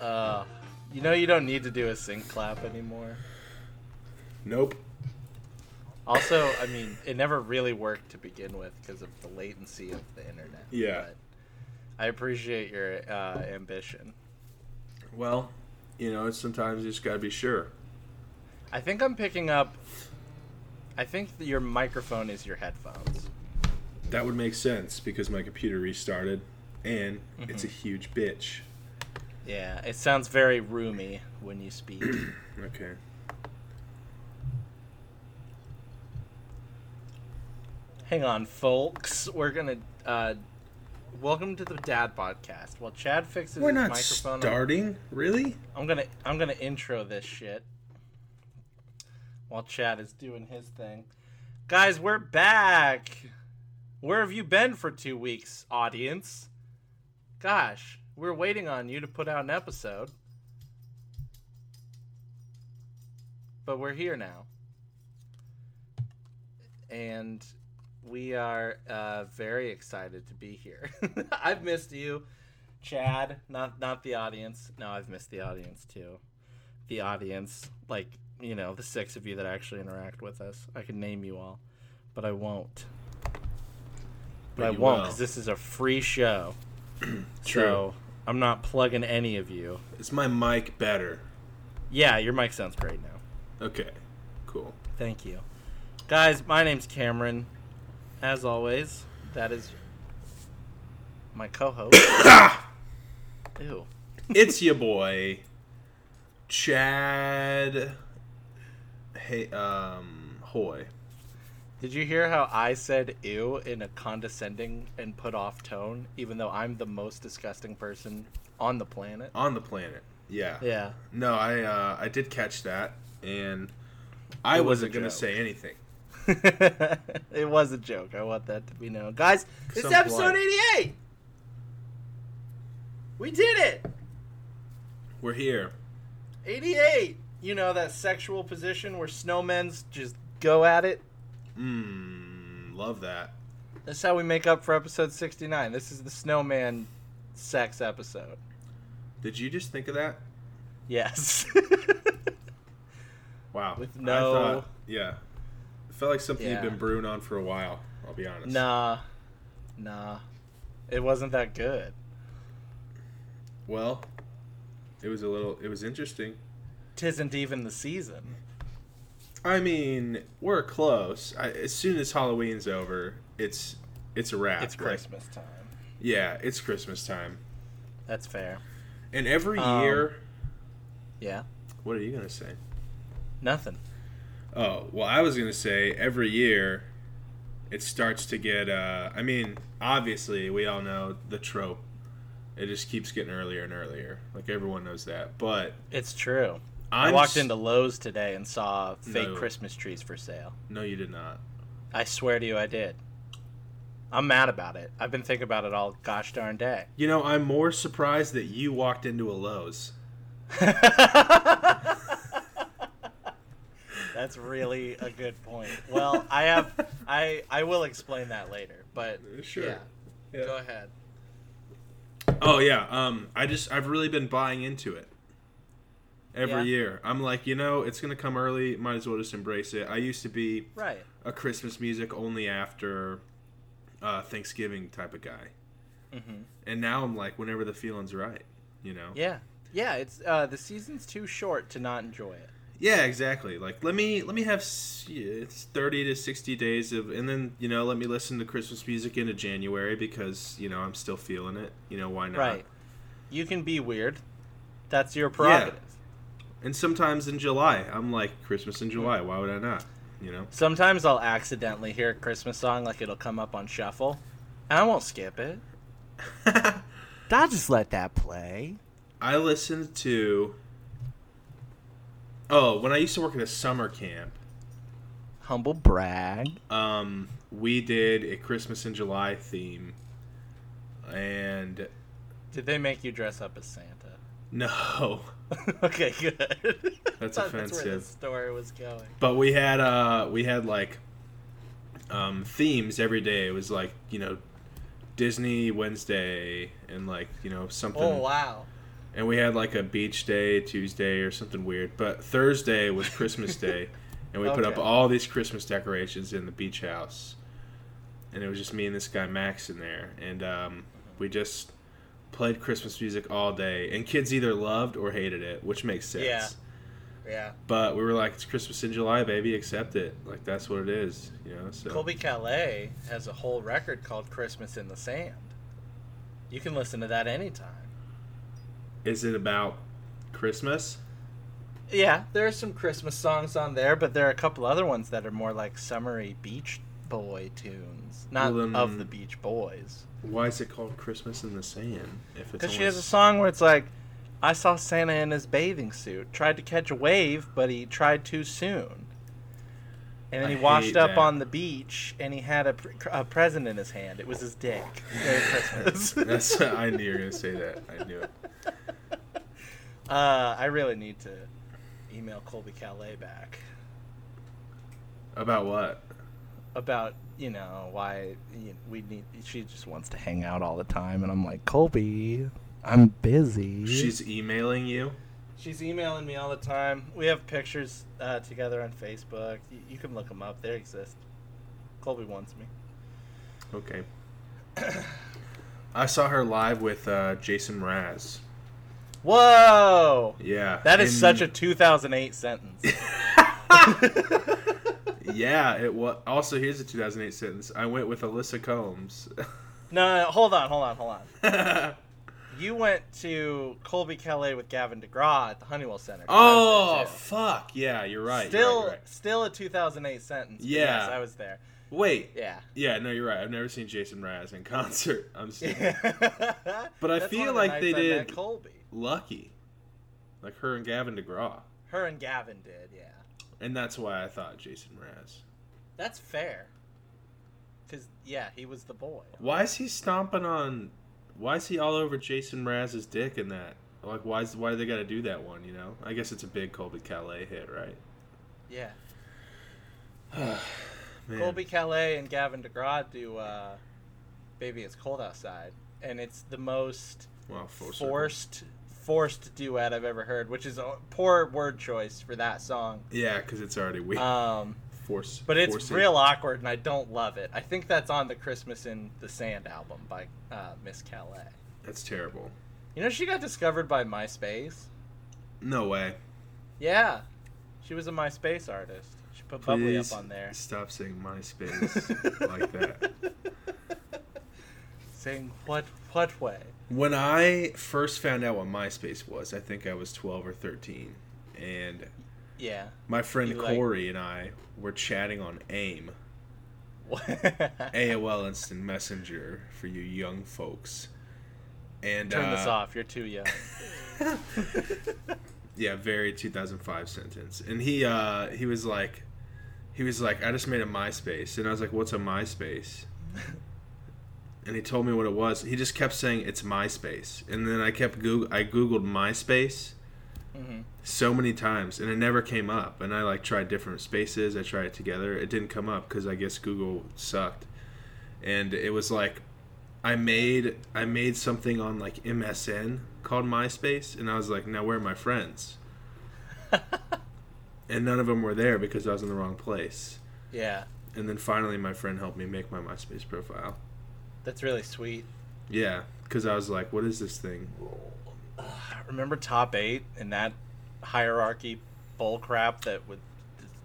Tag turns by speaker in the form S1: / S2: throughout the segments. S1: uh, don't need to do a sync clap anymore.
S2: Nope.
S1: Also, I mean, it never really worked to begin with because of the latency of the internet.
S2: Yeah.
S1: I appreciate your uh, ambition.
S2: Well, you know, it's sometimes you just gotta be sure.
S1: I think I'm picking up. I think that your microphone is your headphones.
S2: That would make sense because my computer restarted, and
S1: Mm-hmm.
S2: it's a huge bitch.
S1: Yeah, it sounds very roomy when you speak.
S2: Okay.
S1: Hang on, folks. We're gonna uh, welcome to the Dad Podcast. While Chad fixes
S2: We're
S1: his
S2: not
S1: microphone, I'm-
S2: starting, really?
S1: I'm gonna I'm gonna intro this shit while Chad is doing his thing. Guys, we're back. Where have you been for two weeks, audience? Gosh, we're waiting on you to put out an episode, but we're here now, and we are uh, very excited to be here. I've missed you. Chad, not not the audience. No, I've missed the audience too. The audience, like you know, the six of you that actually interact with us. I could name you all, but I won't. But,
S2: But
S1: I
S2: you
S1: won't
S2: will.
S1: because this is a free show.
S2: True.
S1: So I'm not plugging any of you.
S2: Is my mic better?
S1: Yeah, your mic sounds great now.
S2: Okay. Cool.
S1: Thank you, guys. My name's Cameron. As always, that is my co-host. Ew.
S2: It's your boy, Chad. Hey, um, Hoy.
S1: Did you hear how I said ew in a condescending and put off tone, even though I'm the most disgusting person on the planet?
S2: on the planet. Yeah.
S1: Yeah.
S2: No, I uh, I did catch that, and I
S1: It was
S2: wasn't
S1: a
S2: gonna
S1: joke.
S2: say anything.
S1: it was a joke. I want that to be known. Guys, this
S2: Some
S1: is episode
S2: blind.
S1: 88! We did it!
S2: We're here.
S1: 88! You know, that sexual position where snowmen's just go at it?
S2: Mmm. Love that.
S1: That's how we make up for episode 69. This is the snowman sex episode.
S2: Did you just think of that?
S1: Yes.
S2: Wow.
S1: With
S2: I
S1: no-
S2: thought- yeah. It felt like something
S1: Yeah.
S2: you've been brewing on for a while. I'll be honest.
S1: Nah, nah, it wasn't that good.
S2: Well, it was a little. It was interesting.
S1: Tisn't even the season.
S2: I mean, we're close. I, as soon as Halloween's over, it's it's a wrap.
S1: It's
S2: Like,
S1: Christmas time.
S2: yeah, it's Christmas time.
S1: That's fair.
S2: And every
S1: Um,
S2: year,
S1: Yeah,
S2: what are you gonna say?
S1: nothing.
S2: Oh well, I was gonna say every year, it starts to get. Uh, I mean, obviously, we all know the trope. It just keeps getting earlier and earlier. Like everyone knows that. But
S1: It's true. i
S2: I'm
S1: walked
S2: s-
S1: into Lowe's today and saw fake
S2: No.
S1: Christmas trees for sale.
S2: No, you did not.
S1: I swear to you, I did. I'm mad about it. I've been thinking about it all gosh darn day.
S2: You know, I'm more surprised that you walked into a Lowe's.
S1: That's really a good point. Well, I have I I will explain that later, but
S2: Sure.
S1: yeah.
S2: Yeah.
S1: Go ahead.
S2: Oh yeah. Um, I just I've really been buying into it. Every
S1: Yeah.
S2: year, I'm like, you know, it's gonna come early. Might as well just embrace it. I used to be
S1: Right.
S2: a Christmas music only after uh, Thanksgiving type of guy.
S1: Mhm.
S2: And now I'm like, whenever the feeling's right, you know.
S1: Yeah, yeah. It's uh, the season's too short to not enjoy it.
S2: Yeah, exactly. Like let me let me have s- yeah, it's thirty to sixty days of, and then you know let me listen to Christmas music into January because you know I'm still feeling it. You know why not?
S1: Right. You can be weird. That's your prerogative.
S2: And sometimes in July, I'm like Christmas in July. Why would I not? You know.
S1: Sometimes I'll accidentally hear a Christmas song, like it'll come up on shuffle, and I won't skip it. I'll just let that play.
S2: I listened to. Oh, when I used to work at a summer camp,
S1: Humble brag.
S2: um, we did a Christmas in July theme, and
S1: Did they make you dress up as Santa?
S2: no,
S1: okay, good.
S2: That's
S1: I thought That's where
S2: offensive.
S1: the story was going.
S2: but we had uh, we had like um, themes every day. It was like you know Disney Wednesday and like you know something.
S1: Oh wow.
S2: and we had like a beach day Tuesday or something weird. But Thursday was Christmas Day, and we put up
S1: Okay.
S2: all these Christmas decorations in the beach house. And it was just me and this guy Max in there, and um, we just played Christmas music all day. And kids either loved or hated it, which makes sense.
S1: Yeah. Yeah.
S2: But we were like, "It's Christmas in July, baby. Accept it. Like that's what it is, you know." So
S1: Colby Calais has a whole record called Christmas in the Sand. You can listen to that anytime.
S2: is it about Christmas?
S1: Yeah, there are some Christmas songs on there, but there are a couple other ones that are more like summery beach boy tunes, not
S2: Well, then-
S1: of the Beach Boys.
S2: Why is it called Christmas in the Sand? If it's
S1: Because she
S2: only-
S1: has a song where it's like, "I saw Santa in his bathing suit, tried to catch a wave, but he tried too soon." And then
S2: I
S1: he washed
S2: hate
S1: up
S2: that.
S1: on the beach, and he had a, pr- a present in his hand. It was his dick. Merry Christmas.
S2: That's, I knew you were gonna say that. I knew it.
S1: Uh, I really need to email Colby Calais back
S2: About what?
S1: about you know why you we need. She just wants to hang out all the time, and I'm like Colby, I'm busy.
S2: She's emailing you.
S1: she's emailing me all the time. We have pictures uh, together on Facebook. You, you can look them up. They exist. Colby wants me.
S2: Okay. I saw her live with uh, Jason Mraz.
S1: Whoa,
S2: Yeah,
S1: that is
S2: in-
S1: such a 2008 sentence.
S2: yeah. It was also here's a 2008 sentence. I went with Alyssa Combs.
S1: no, no, hold on, hold on, hold on.
S2: oh,
S1: You went to Colby Calais with Gavin DeGraw at the Honeywell Center. Thursday, too.
S2: Oh, fuck. Yeah, you're right. you're
S1: still,
S2: right, you're right.
S1: still a 2008 sentence. but
S2: Yeah.
S1: yes, I was there.
S2: Wait.
S1: Yeah.
S2: Yeah, no, you're right. I've never seen Jason Mraz in concert. I'm just
S1: but
S2: I feel like they did-
S1: Colby,
S2: lucky, like her and Gavin DeGraw,
S1: her and Gavin did. Yeah,
S2: and that's why I thought Jason Mraz.
S1: that's fair. Cause yeah, he was the boy.
S2: Why is he stomping on? Why is he all over Jason Mraz's dick in that? Like, why is why do they got to do that one? You know, I guess it's a big Colby Calais hit, right?
S1: Yeah,
S2: Man.
S1: Colby Calais and Gavin DeGraw do uh, "Baby It's Cold Outside," and it's the most
S2: wow, full circle.
S1: forced, forced duet I've ever heard. Which is a poor word choice for that song.
S2: Yeah, because it's already weak.
S1: Um,
S2: Force,
S1: But it's
S2: forcey.
S1: real awkward, and I don't love it. I think that's on the Christmas in the Sand album by uh, Miss Calais.
S2: That's terrible.
S1: You know, she got discovered by MySpace.
S2: No way.
S1: Yeah, she was a MySpace artist. She put Bubbly up
S2: Please
S1: on there.
S2: stop saying MySpace like that.
S1: Saying what? What way?
S2: When I first found out what MySpace was, I think I was twelve or thirteen, and
S1: Yeah.
S2: my friend
S1: You like-
S2: Corey and I were chatting on AIM. AOL Instant Messenger for you young folks. And
S1: Turn this
S2: uh,
S1: off. You're too young.
S2: Yeah, very 2005 sentence. And he uh, he was like, he was like, I just made a MySpace, and I was like, what's a MySpace? And he told me what it was. He just kept saying it's MySpace, and then I kept Goog- I googled MySpace
S1: Mhm.
S2: so many times, and it never came up. And I like tried different spaces. I tried it together. It didn't come up because I guess Google sucked. And it was like I made I made something on like MSN called MySpace, and I was like, now where are my friends? and none of them were there because I was in the wrong place.
S1: Yeah,
S2: And then finally, my friend helped me make my MySpace profile.
S1: that's really sweet.
S2: Yeah, because I was like, what is this thing?
S1: Remember top eight and that hierarchy bull crap that would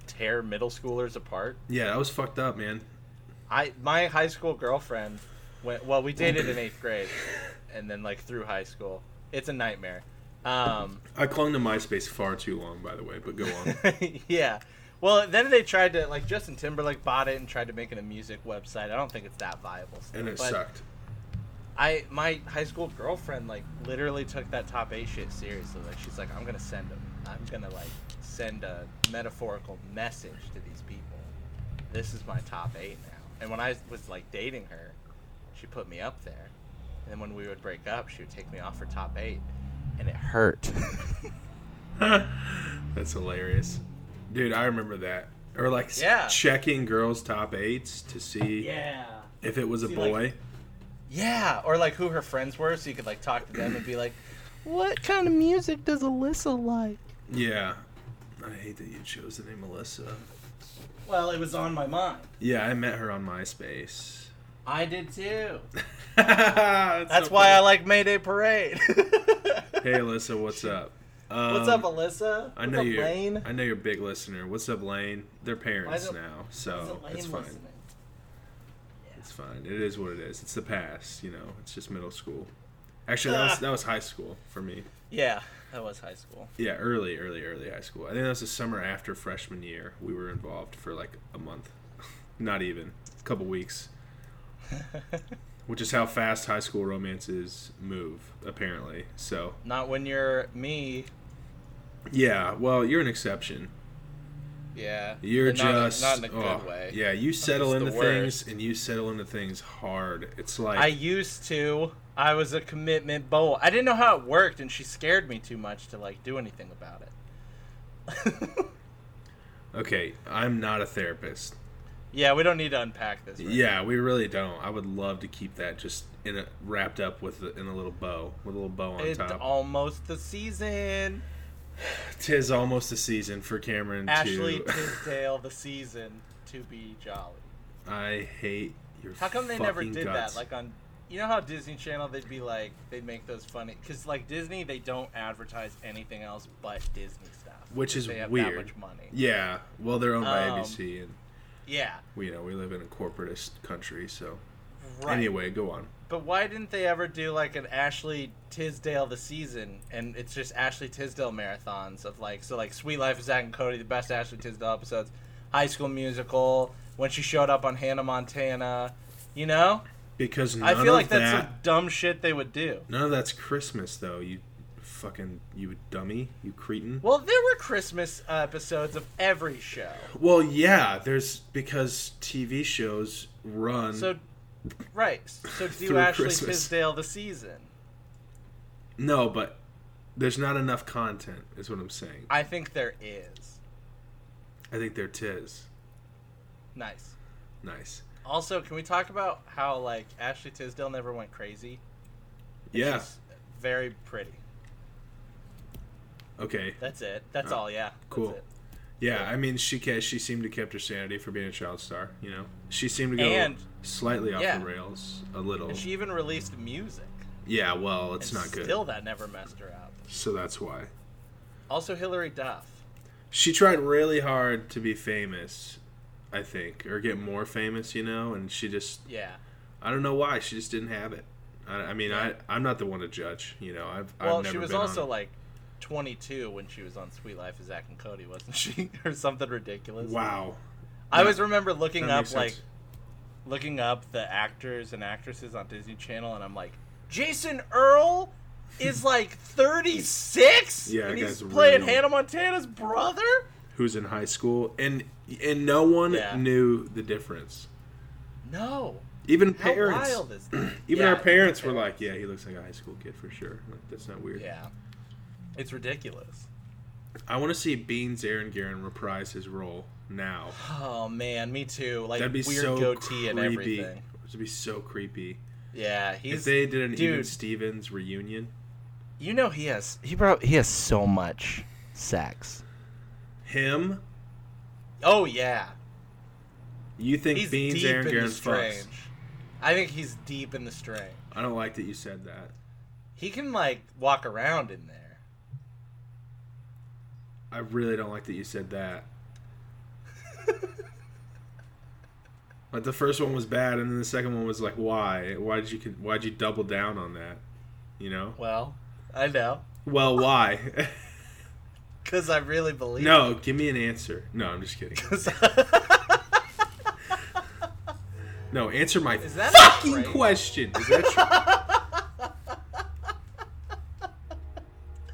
S1: tear middle schoolers apart?
S2: Yeah, I was fucked up, man.
S1: I my high school girlfriend went well we dated in eighth grade and then like through high school. It's a nightmare. Um
S2: I clung to MySpace far too long, by the way. But go on.
S1: yeah. Well then they tried to like Justin Timberlake bought it and tried to make it a music website. I don't think it's that viable still.
S2: and it
S1: but
S2: sucked.
S1: I my high school girlfriend like literally took that top eight shit seriously. Like she's like, I'm gonna send them. I'm gonna like send a metaphorical message to these people. This is my top eight now. And when I was like dating her, she put me up there. And then when we would break up, she would take me off her top eight, and it hurt.
S2: That's hilarious, dude. I remember that. Or like s-
S1: Yeah.
S2: checking girls' top eights to see
S1: yeah.
S2: if it was a
S1: See, like-
S2: boy.
S1: Yeah, or like who her friends were, so you could like talk to them and be like, What kind of music does Alyssa like?
S2: Yeah. I hate that you chose the name Alyssa.
S1: Well, it was on my mind.
S2: Yeah, I met her on MySpace.
S1: I did too.
S2: That's,
S1: That's
S2: so
S1: why I
S2: funny.
S1: like Mayday Parade.
S2: Hey Alyssa, what's up? Um,
S1: What's up, Alyssa?
S2: I
S1: What's
S2: know
S1: up,
S2: you're.
S1: Lane?
S2: I know you're a big listener. What's up, Lane? They're parents
S1: Why the-
S2: now,
S1: Is
S2: so
S1: Lane
S2: it's fine.
S1: listening?
S2: It's fine. It is what it is. It's the past, you know. It's just middle school. Actually,
S1: Ah.
S2: that was, that was high school for me.
S1: Yeah, that was high school.
S2: Yeah, early, early, early high school. I think that was the summer after freshman year. We were involved for like a month, not even a couple weeks, which is how fast high school romances move, apparently. So
S1: Not when you're me.
S2: yeah, well, you're an exception.
S1: Yeah.
S2: You're
S1: but not in-
S2: just
S1: not in a good
S2: oh,
S1: way.
S2: Yeah, you settle
S1: just the
S2: into
S1: worst.
S2: things, and you settle into things hard. It's like
S1: I used to. I was a commitment bowl. I didn't know how it worked, and she scared me too much to like do anything about it.
S2: okay, I'm not a therapist.
S1: yeah, we don't need to unpack this. Right?
S2: Yeah, we really don't. I would love to keep that just in a wrapped up with a, in a little bow, with a little bow on
S1: It's
S2: top.
S1: almost the season.
S2: Tis almost the season for Cameron.
S1: Ashley
S2: to,
S1: Tisdale, the season to be jolly.
S2: I hate your.
S1: How come they never
S2: fucking
S1: did
S2: guts.
S1: that? Like on, you know how Disney Channel they'd be like they'd make those funny because like Disney they don't advertise anything else but Disney stuff,
S2: Which is
S1: they have
S2: weird.
S1: That much money.
S2: yeah, well, they're owned by
S1: Um,
S2: ABC, and
S1: Yeah,
S2: we you know we live in a corporatist country. So
S1: right.
S2: anyway, go on.
S1: But why didn't they ever do like an Ashley Tisdale the season? And it's just Ashley Tisdale marathons of like so like Sweet Life of Zach and Cody, the best Ashley Tisdale episodes, High School Musical, when she showed up on Hannah Montana, you know?
S2: Because none
S1: I feel
S2: of
S1: like that's
S2: that,
S1: some dumb shit they would do.
S2: none of that's Christmas though. You fucking you dummy, you cretin.
S1: Well, there were Christmas uh, episodes of every show.
S2: Well, yeah, there's because TV shows run.
S1: So right. So do
S2: Through
S1: Ashley
S2: Christmas.
S1: Tisdale the season.
S2: no, but there's not enough content. Is what I'm saying.
S1: I think there is.
S2: I think there tis.
S1: Nice.
S2: Nice.
S1: Also, can we talk about how like Ashley Tisdale never went crazy?
S2: Yeah.
S1: She's very pretty.
S2: Okay.
S1: That's it. That's
S2: Oh,
S1: all. Yeah. That's
S2: cool.
S1: it.
S2: Yeah, I mean, she ca- she seemed to kept her sanity for being a child star. You know, she seemed to go
S1: And-
S2: slightly off
S1: yeah.
S2: the rails a little.
S1: And she even released music.
S2: yeah, well, it's
S1: and
S2: Oh. not good,
S1: Still, that never messed her up.
S2: so that's why
S1: Also, Hillary Duff.
S2: she tried really hard to be famous. I think, or get more famous, you know, and she just
S1: Yeah.
S2: I don't know why she just didn't have it. I, I mean,
S1: Yeah.
S2: I I'm not the one to judge, you know. I've
S1: Well,
S2: I've never
S1: she was
S2: been
S1: also
S2: on-
S1: like 22 when she was on Sweet Life of Zach and Cody, wasn't she? or something ridiculous.
S2: wow.
S1: I always remember looking
S2: That
S1: up
S2: makes
S1: like
S2: sense.
S1: looking up the actors and actresses on Disney Channel, and I'm like, Jason Earl is like 36.
S2: Yeah,
S1: and
S2: that
S1: he's
S2: guy's
S1: playing
S2: real-
S1: Hannah Montana's brother.
S2: who's in high school, and and no one
S1: Yeah.
S2: knew the difference.
S1: No,
S2: Even
S1: how
S2: parents,
S1: wild is that?
S2: even
S1: Yeah,
S2: our parents
S1: okay.
S2: were like, "Yeah, he looks like a high school kid for sure." Like that's not weird.
S1: Yeah, it's ridiculous.
S2: I want to see Beans Aaron Guerin reprise his role now.
S1: Oh man, me too. Like
S2: That'd be
S1: weird
S2: so
S1: goatee
S2: creepy.
S1: and everything.
S2: It'd be so creepy
S1: Yeah, he's.
S2: if they did an Even
S1: dude.
S2: Stevens reunion.
S1: You know he has. He brought. He has so much sex.
S2: Him,
S1: Oh yeah,
S2: you think
S1: he's
S2: Beans
S1: deep
S2: Aaron
S1: in
S2: Guerin
S1: the strange.
S2: fucks?
S1: I think he's deep in the strange.
S2: I don't like that you said that.
S1: He can like walk around in there.
S2: I really don't like that you said that. like the first one was bad, and then the second one was like, why? Why did you con- why would you double down on that? You know?
S1: Well, I know,
S2: Well, why?
S1: cause I really believe.
S2: no, give me an answer. No, I'm just kidding.
S1: 'Cause-
S2: No, answer my
S1: Is that
S2: fucking
S1: right?
S2: question. Is that true?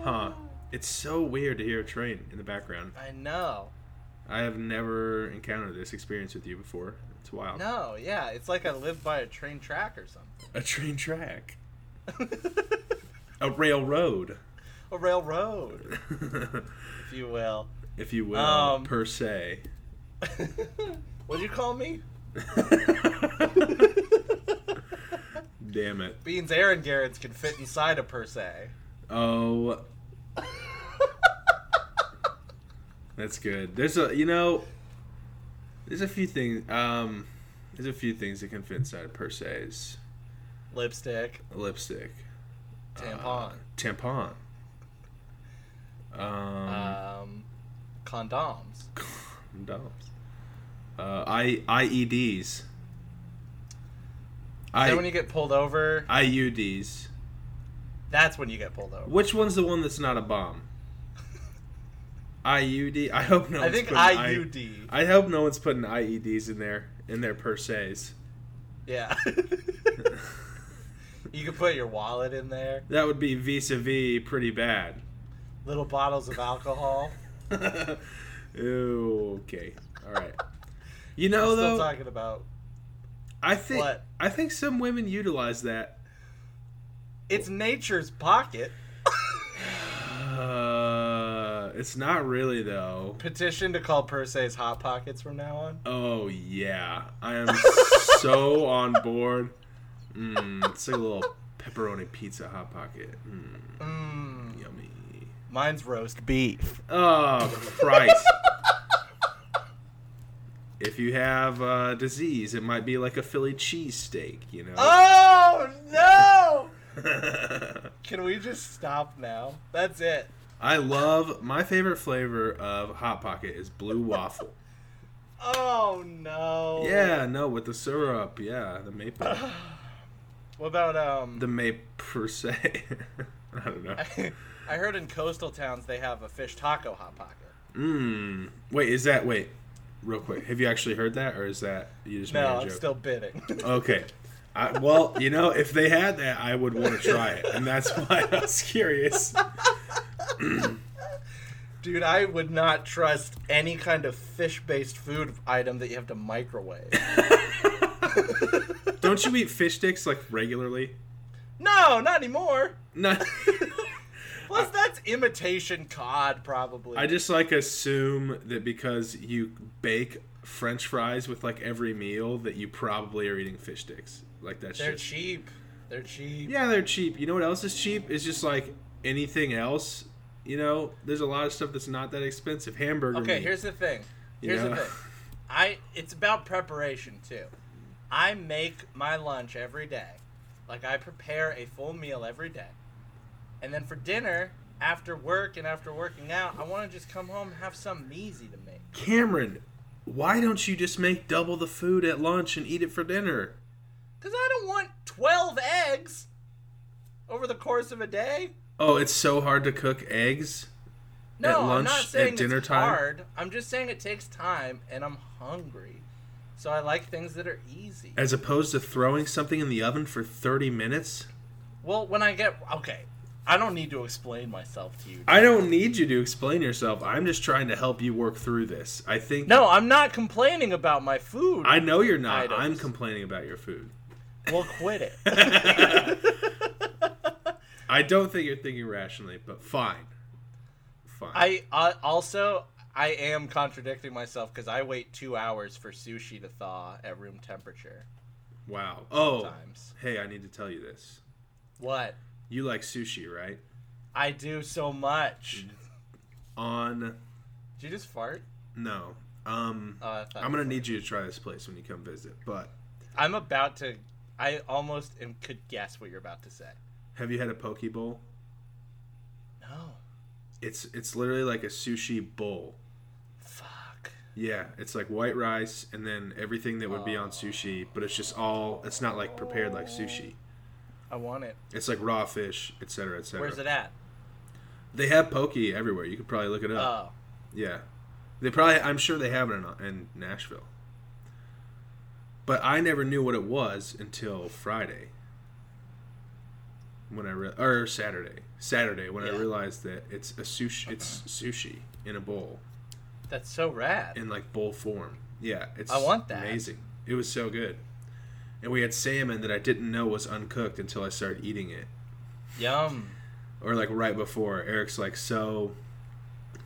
S2: huh? It's so weird to hear a train in the background.
S1: I know.
S2: I have never encountered this experience with you before. It's wild.
S1: No, yeah, it's like I live by a train track or something.
S2: A train track. a railroad,
S1: a railroad, if you will.
S2: if you will,
S1: Um.
S2: per se.
S1: What'd you call me?
S2: damn it.
S1: Beans Aaron Garrett's can fit inside a per se.
S2: Oh. That's good. There's a you know there's a few things um there's a few things that can fit inside of per se's
S1: Lipstick,
S2: lipstick.
S1: tampon,
S2: Uh, tampon. Um
S1: um, condoms,
S2: condoms. Uh I IEDs.
S1: Is
S2: I
S1: then when you get pulled over,
S2: IUDs.
S1: that's when you get pulled over.
S2: Which one's the one that's not a bomb? IUD. I hope no.
S1: I
S2: one's
S1: think
S2: putting I-
S1: IUD.
S2: I hope no one's putting IEDs in there in their per se's.
S1: yeah. you can put your wallet in there,
S2: That would be vis a vis pretty bad.
S1: little bottles of alcohol.
S2: Ew, okay. All right. You know
S1: Still
S2: though,
S1: talking about
S2: I think
S1: what?
S2: I think some women utilize that.
S1: it's nature's pocket.
S2: Uh, it's not really though.
S1: Petition to call per se's hot pockets from now on.
S2: Oh yeah, I am so on board. Mm, it's like a little pepperoni pizza hot pocket. Mm,
S1: Mm,
S2: yummy.
S1: mine's roast beef.
S2: Oh Christ! if you have uh, disease, it might be like a Philly cheesesteak. You know.
S1: Oh no! Can we just stop now? That's it.
S2: I love my favorite flavor of hot pocket is blue waffle.
S1: Oh no.
S2: Yeah, no, with the syrup. Yeah, the maple.
S1: What about um?
S2: The maple per se. I don't know.
S1: I heard in coastal towns they have a fish taco hot pocket.
S2: Mmm. Wait, is that wait? Real quick, have you actually heard that, or is that you just made
S1: No,
S2: a
S1: I'm
S2: joke?
S1: still bidding.
S2: Okay. I, well, you know, if they had that, I would want to try it, and that's why I was curious.
S1: Dude, I would not trust any kind of fish-based food item that you have to microwave.
S2: Don't you eat fish sticks like regularly?
S1: no, not anymore.
S2: No.
S1: Plus, that's imitation cod, probably.
S2: I just like assume that because you bake French fries with like every meal, that you probably are eating fish sticks. Like that's
S1: They're
S2: just
S1: cheap. They're cheap.
S2: Yeah, they're cheap. You know what else is cheap? It's just like anything else. You know, there's a lot of stuff that's not that expensive. Hamburger.
S1: Okay,
S2: meat.
S1: here's the thing.
S2: You
S1: Here's
S2: know?
S1: the thing. I it's about preparation too. I make my lunch every day. Like I prepare a full meal every day. And then for dinner, after work and after working out, I want to just come home and have something easy to make.
S2: Cameron. Why don't you just make double the food at lunch and eat it for dinner?
S1: Cuz I don't want 12 eggs over the course of a day.
S2: Oh, it's so hard to cook eggs.
S1: No,
S2: At
S1: I'm
S2: lunch,
S1: not
S2: at
S1: saying
S2: dinner
S1: it's
S2: time?
S1: hard. I'm just saying it takes time and I'm hungry. So I like things that are easy.
S2: As opposed to throwing something in the oven for 30 minutes?
S1: Well, when I get okay, I don't need to explain myself to you.
S2: I don't need you to explain yourself. I'm just trying to help you work through this. I think.
S1: No, I'm not complaining about my food.
S2: I know you're not.
S1: Items.
S2: I'm complaining about your food.
S1: We'll quit it.
S2: I don't think you're thinking rationally, but fine. Fine.
S1: I uh, also I am contradicting myself because I wait two hours for sushi to thaw at room temperature.
S2: Wow. Oh.
S1: Times
S2: Hey, I need to tell you this.
S1: what
S2: You like sushi, right?
S1: I do so
S2: Mm-hmm.
S1: much.
S2: On
S1: Did you just fart?
S2: no. Um
S1: Oh, I thought
S2: I'm
S1: you
S2: going to
S1: farted.
S2: need you to try this place when you come visit. But
S1: I'm about to. I almost am, could guess what you're about to say.
S2: have you had a poke bowl?
S1: No,
S2: It's it's literally like a sushi bowl.
S1: fuck.
S2: Yeah, it's like white rice and then everything that would be on sushi, but it's just all it's not like prepared like sushi.
S1: I want it.
S2: It's like raw fish, etc., etc.
S1: Where's it at?
S2: They have poke everywhere. You could probably look it up.
S1: Oh,
S2: Yeah, they probably. I'm sure they have it in, in Nashville. But I never knew what it was until Friday, when I re- or Saturday, Saturday when I
S1: Yeah.
S2: realized that it's a sushi. It's sushi in a bowl
S1: that's so rad.
S2: in like bowl form. Yeah, it's
S1: I want that.
S2: Amazing. It was so good, and we had salmon that I didn't know was uncooked until I started eating it
S1: Yum.
S2: or like right before eric's like so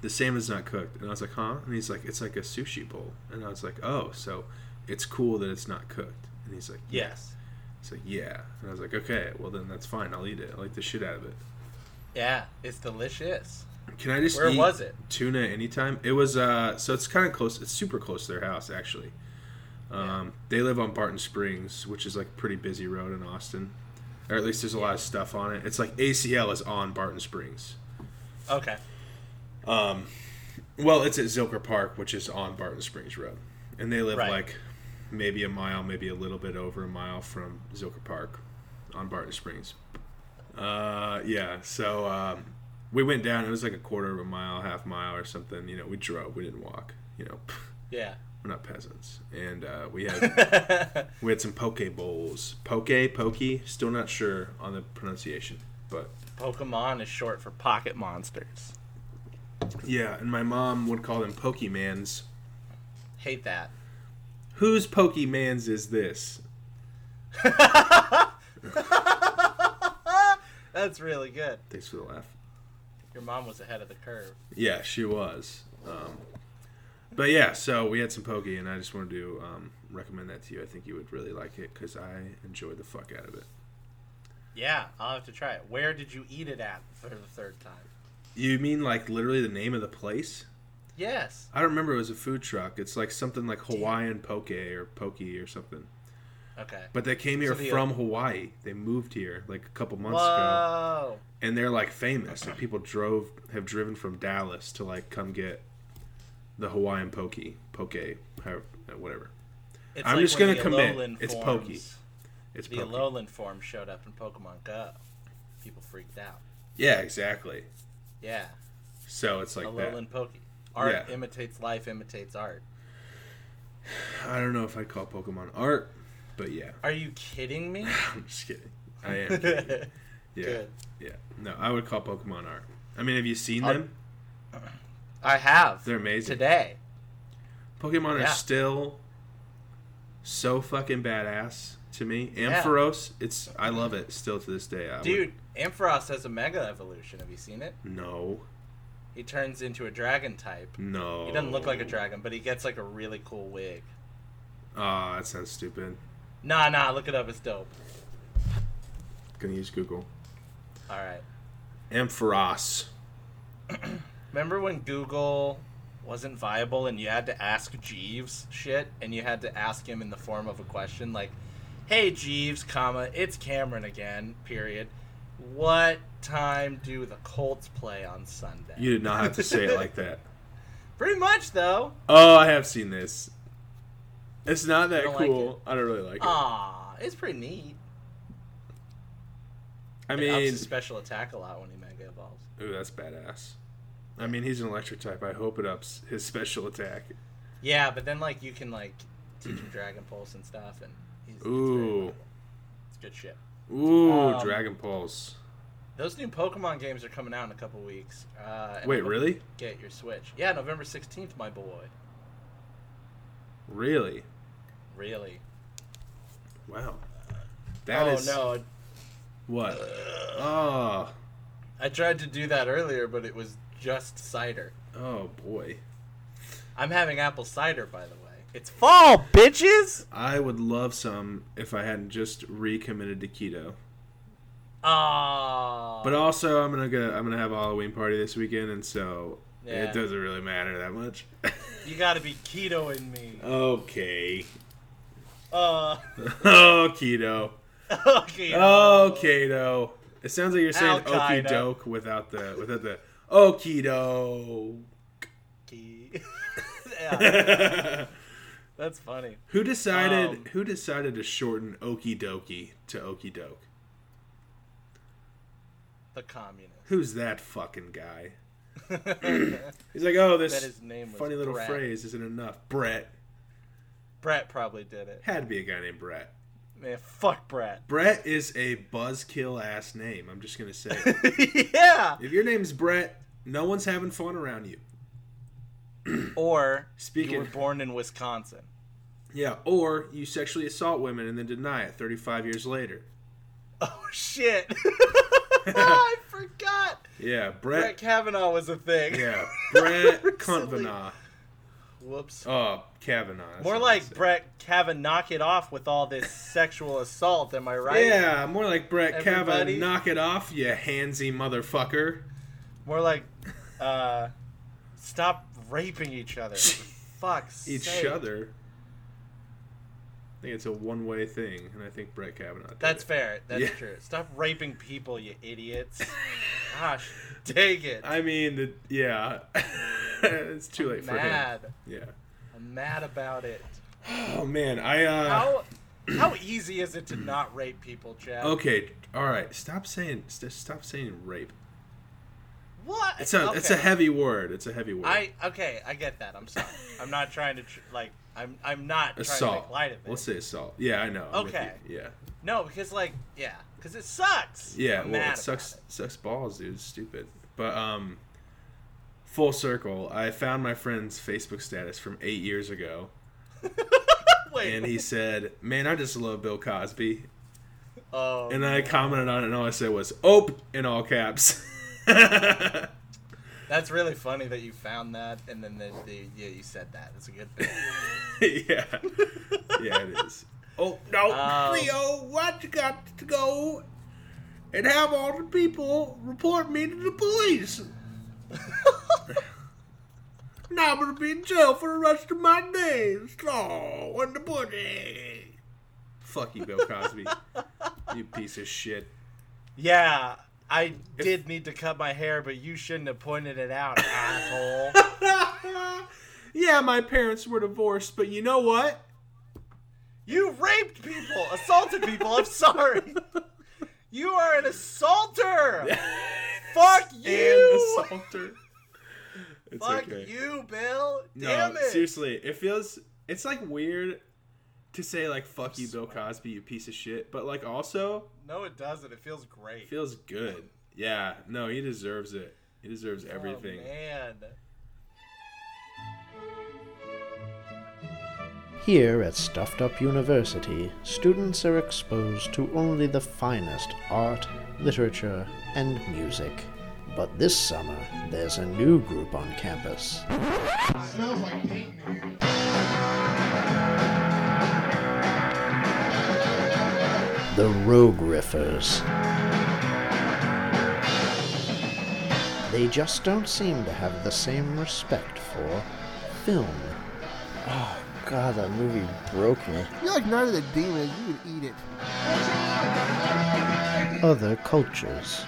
S2: the salmon's not cooked and i was like huh and he's like it's like a sushi bowl and i was like oh so it's cool that it's not cooked and he's like yeah
S1: Yes.
S2: It's like, yeah. And I was like, okay, well then that's fine. I'll eat it. I like the shit out of it.
S1: Yeah, it's delicious.
S2: Can I just
S1: Where
S2: eat
S1: was it?
S2: tuna anytime? It was uh, so it's kind of close. It's super close to their house actually. Um, They live on Barton Springs, which is like a pretty busy road in Austin, or at least there's a lot of stuff on it. It's like ACL is on Barton Springs.
S1: Okay.
S2: Um, well, it's at Zilker Park, which is on Barton Springs Road, and they live
S1: Right.
S2: like maybe a mile, maybe a little bit over a mile from Zilker Park on Barton Springs. Uh, yeah. So um, we went down. It was like a quarter of a mile, half mile, or something. You know, we drove. We didn't walk. You know,
S1: Yeah.
S2: we're not peasants, and uh, we had we had some poke bowls. Poke, pokey. Still not sure on the pronunciation, but
S1: Pokemon is short for pocket monsters.
S2: yeah. And my mom would call them Pokemans.
S1: Hate that.
S2: Whose Pokemans is this?
S1: That's really good.
S2: Thanks for the laugh.
S1: Your mom was ahead of the curve.
S2: Yeah, she was. Um, but yeah, so we had some pokey, and I just wanted to um, recommend that to you. I think you would really like it because I enjoyed the fuck out of it.
S1: Yeah, I'll have to try it. Where did you eat it at for the third time?
S2: You mean like literally the name of the place?
S1: Yes.
S2: I don't remember. It was a food truck. It's like something like Hawaiian poke or pokey or something.
S1: Okay.
S2: But they came here
S1: So the-
S2: from Hawaii. They moved here like a couple months ago.
S1: Whoa.
S2: and they're like famous and people drove have driven from dallas to like come get the hawaiian pokey poke however, whatever
S1: It's
S2: I'm just
S1: when
S2: gonna
S1: the
S2: commit.
S1: Alolan
S2: It's
S1: forms-
S2: pokey. it's
S1: The
S2: pokey.
S1: Alolan form showed up in Pokemon Go. People freaked out.
S2: yeah exactly
S1: Yeah.
S2: so it's like that
S1: Alolan Pokey. Art
S2: Yeah.
S1: imitates life, imitates art.
S2: i don't know if i'd call pokemon art but yeah
S1: Are you kidding me?
S2: i'm just kidding i am kidding. yeah
S1: Good.
S2: yeah no i would call pokemon art i mean have you seen
S1: Art-
S2: them
S1: I have.
S2: they're amazing
S1: Today.
S2: pokemon
S1: Yeah.
S2: are still so fucking badass to me
S1: Yeah.
S2: ampharos it's i love it still to this day I would-
S1: Dude, Ampharos has a mega evolution. Have you seen it?
S2: no
S1: He turns into a dragon type.
S2: No.
S1: He doesn't look like a
S2: Oh.
S1: dragon, but he gets like a really cool wig.
S2: Ah, that sounds stupid.
S1: Nah, nah, look it up. It's dope.
S2: Gonna use Google.
S1: All right.
S2: Ampharos.
S1: Remember when Google wasn't viable and you had to ask Jeeves shit and you had to ask him in the form of a question like, "Hey Jeeves, comma, it's Cameron again, period. What time do the Colts play on Sunday?"
S2: You did not have to say it like that.
S1: Pretty much though.
S2: Oh, I have seen this. It's not that
S1: You don't like
S2: cool. I don't really like it.
S1: Ah, it's pretty neat.
S2: I
S1: It ups
S2: mean,
S1: his special attack a lot when he mega evolves.
S2: ooh, that's badass. I mean, he's an electric type. I hope it ups his special attack.
S1: Yeah, but then like you can like teach him Dragon Pulse and stuff, and he's it's very
S2: Ooh.
S1: viable. it's good shit.
S2: Ooh,
S1: Um,
S2: Dragon Pulse.
S1: Those new Pokemon games are coming out in a couple weeks. Uh, and
S2: Wait,
S1: I'm gonna
S2: really?
S1: Get your Switch. Yeah, November sixteenth, my boy.
S2: Really?
S1: Really?
S2: Wow. That
S1: oh
S2: is
S1: no,
S2: what? Oh,
S1: I tried to do that earlier, but it was just cider.
S2: oh boy.
S1: I'm having apple cider, by the way. It's fall, bitches.
S2: I would love some if I hadn't just recommitted to keto.
S1: Ah.
S2: But uh, also, I'm gonna go. I'm gonna have a Halloween party this weekend, and so
S1: Yeah.
S2: it doesn't really matter that much.
S1: you gotta be ketoing me.
S2: okay.
S1: Uh.
S2: Oh, keto.
S1: okay.
S2: Oh, keto. It sounds like you're saying
S1: Al-Qaeda.
S2: okie doke without the without the oh keto.
S1: Ke- yeah, that's funny.
S2: who decided?
S1: Um,
S2: who decided to shorten okie dokie to okie doke?
S1: The communist.
S2: Who's that fucking guy? He's like, oh,
S1: Bet
S2: this
S1: his name was
S2: funny little
S1: Brett.
S2: phrase isn't enough. Brett
S1: Brett probably did it.
S2: had to be a guy named Brett.
S1: Man, fuck Brett.
S2: Brett is a buzzkill ass name. I'm just gonna say. it.
S1: yeah.
S2: if your name's Brett, no one's having fun around you.
S1: Or you
S2: Speaking-
S1: were born in Wisconsin.
S2: Yeah, or you sexually assault women and then deny it 35 years later.
S1: Oh shit! I forgot.
S2: Yeah,
S1: Brett
S2: Brett.
S1: Kavanaugh was a thing.
S2: Yeah, Brett
S1: Recently.
S2: Convena.
S1: Whoops.
S2: Oh, Kavanaugh. that's
S1: More
S2: what I
S1: like
S2: said.
S1: Brett Kavanaugh, knock it off with all this sexual assault. Am I right?
S2: Yeah, more like Brett Kavanaugh.
S1: Everybody.
S2: Knock it off, you handsy motherfucker.
S1: More like, uh, stop raping each other. Fuck's
S2: Each
S1: sake.
S2: other. I think it's a one-way thing, and I think Brett Kavanaugh. Did
S1: That's
S2: it.
S1: fair. That's
S2: Yeah.
S1: true. Stop raping people, you idiots. Gosh, take it.
S2: I mean, the, yeah, it's too late for
S1: mad.
S2: him. Yeah.
S1: I'm mad about it.
S2: Oh man, I uh.
S1: How how easy is it to not rape people, Chad?
S2: Okay, all right. Stop saying st- stop saying rape.
S1: What?
S2: It's a it's a
S1: Okay.
S2: heavy word. It's a heavy word.
S1: I okay, I get that. I'm sorry. I'm not trying to tr- like. I'm I'm not trying to
S2: assault.
S1: make light of it.
S2: Let's say assault. Yeah, I know. I'm with
S1: Okay.
S2: you. Yeah.
S1: No, because like yeah, because it sucks.
S2: Yeah,
S1: I'm mad
S2: well, it
S1: about
S2: sucks
S1: it.
S2: sucks balls, dude. It's stupid. But um full circle, I found my friend's Facebook status from 8 years ago
S1: Wait.
S2: and he said, "Man, I just love Bill Cosby."
S1: oh,
S2: And I commented on it and all I said was, "Ope" in all caps.
S1: that's really funny that you found that, and then the, the yeah, you said that. That's a good thing.
S2: yeah. Yeah, it is. Oh no,
S1: Oh.
S2: Cleo, what you got to go and have all the people report me to the police. and I'm gonna be in jail for the rest of my days. Oh, and the pudding. Fuck you, Bill Cosby. you piece of shit.
S1: yeah, I did need to cut my hair, but you shouldn't have pointed it out, asshole.
S2: yeah, my parents were divorced, but you know what?
S1: You raped people, assaulted people. I'm sorry. You are an assaulter. Fuck you.
S2: And assaulter. It's
S1: Fuck
S2: okay.
S1: you, Bill.
S2: No,
S1: Damn it.
S2: seriously, it feels it's like weird to say like "fuck you, Bill Cosby, you piece of shit," but like also
S1: No, it doesn't. It feels great.
S2: it feels good. Yeah, no, he deserves it. He deserves everything.
S1: Oh, man.
S3: Here at Stuffed Up University, students are exposed to only the finest art, literature, and music. But this summer, there's a new group on campus. The Rogue Riffers. They just don't seem to have the same respect for film. God, that movie broke me.
S4: You're like none of the demons. You would eat it.
S3: Other cultures.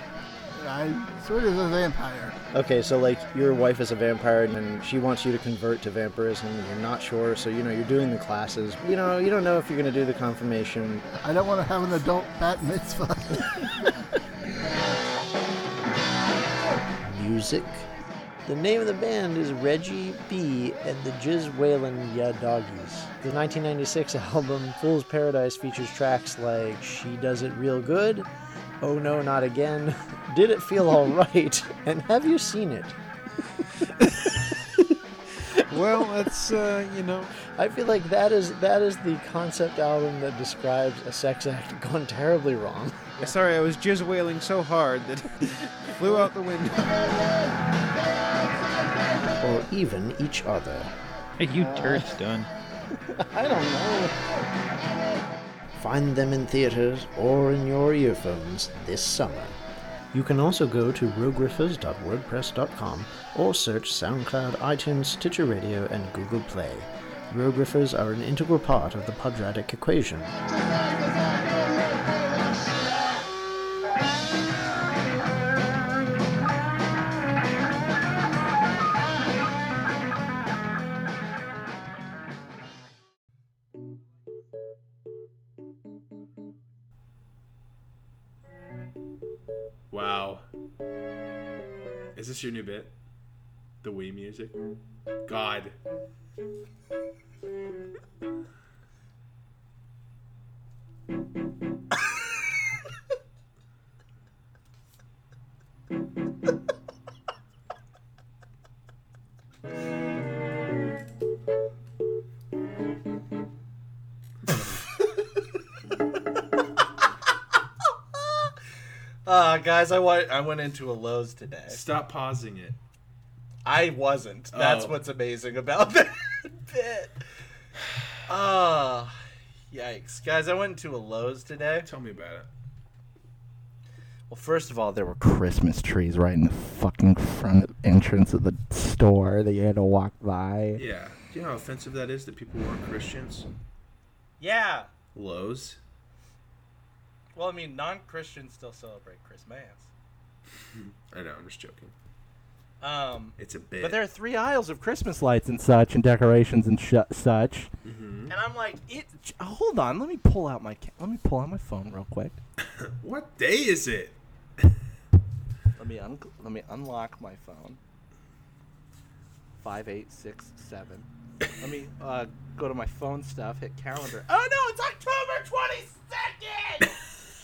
S4: I'm sort of a vampire.
S3: Okay, so like your wife is a vampire and she wants you to convert to vampirism and you're not sure, so you know, you're doing the classes. You know, you don't know if you're gonna do the confirmation.
S4: I don't want to have an adult bat mitzvah.
S3: Music. The name of the band is Reggie B and the Jizz Whalen Ya Doggies. The 1996 album Fool's Paradise features tracks like She Does It Real Good, Oh No Not Again, Did It Feel Alright, and Have You Seen It?
S5: Well, that's uh, you know,
S3: I feel like that is that is the concept album that describes a sex act gone terribly wrong.
S5: sorry, I was jizz wailing so hard that flew out the window.
S3: Or even each other.
S6: Hey, you turds done.
S3: I don't know. Find them in theaters or in your earphones this summer. You can also go to rogueriffers.wordpress.com or search SoundCloud, iTunes, Stitcher Radio, and Google Play. Rogue Riffers are an integral part of the Podratic equation.
S2: Wow. Is this your new bit? The Wii music? God.
S1: Uh, guys, I went I went into a Lowe's today. Uh,
S2: Stop pausing it.
S1: I wasn't. That's
S2: Oh.
S1: what's amazing about that bit. Ah, yikes, guys! I went to a Lowe's today.
S2: Tell me about it.
S1: Well, first of all, there were Christmas trees right in the fucking front entrance of the store that you had to walk by.
S2: Yeah. Do you know how offensive that is that people weren't Christians?
S1: Yeah.
S2: Lowe's.
S1: Well, I mean, non-Christians still celebrate Christmas.
S2: I know. I'm just joking.
S1: Um,
S2: It's a bit.
S1: but there are three aisles of Christmas lights and such, and decorations and sh- such. And I'm like, it. j- Hold on, let me pull out my ca- let me pull out my phone real quick.
S2: what day is it?
S1: Let me un- let me unlock my phone. Five eight six seven. Let me uh, go to my phone stuff. Hit calendar. Oh no, it's October twenty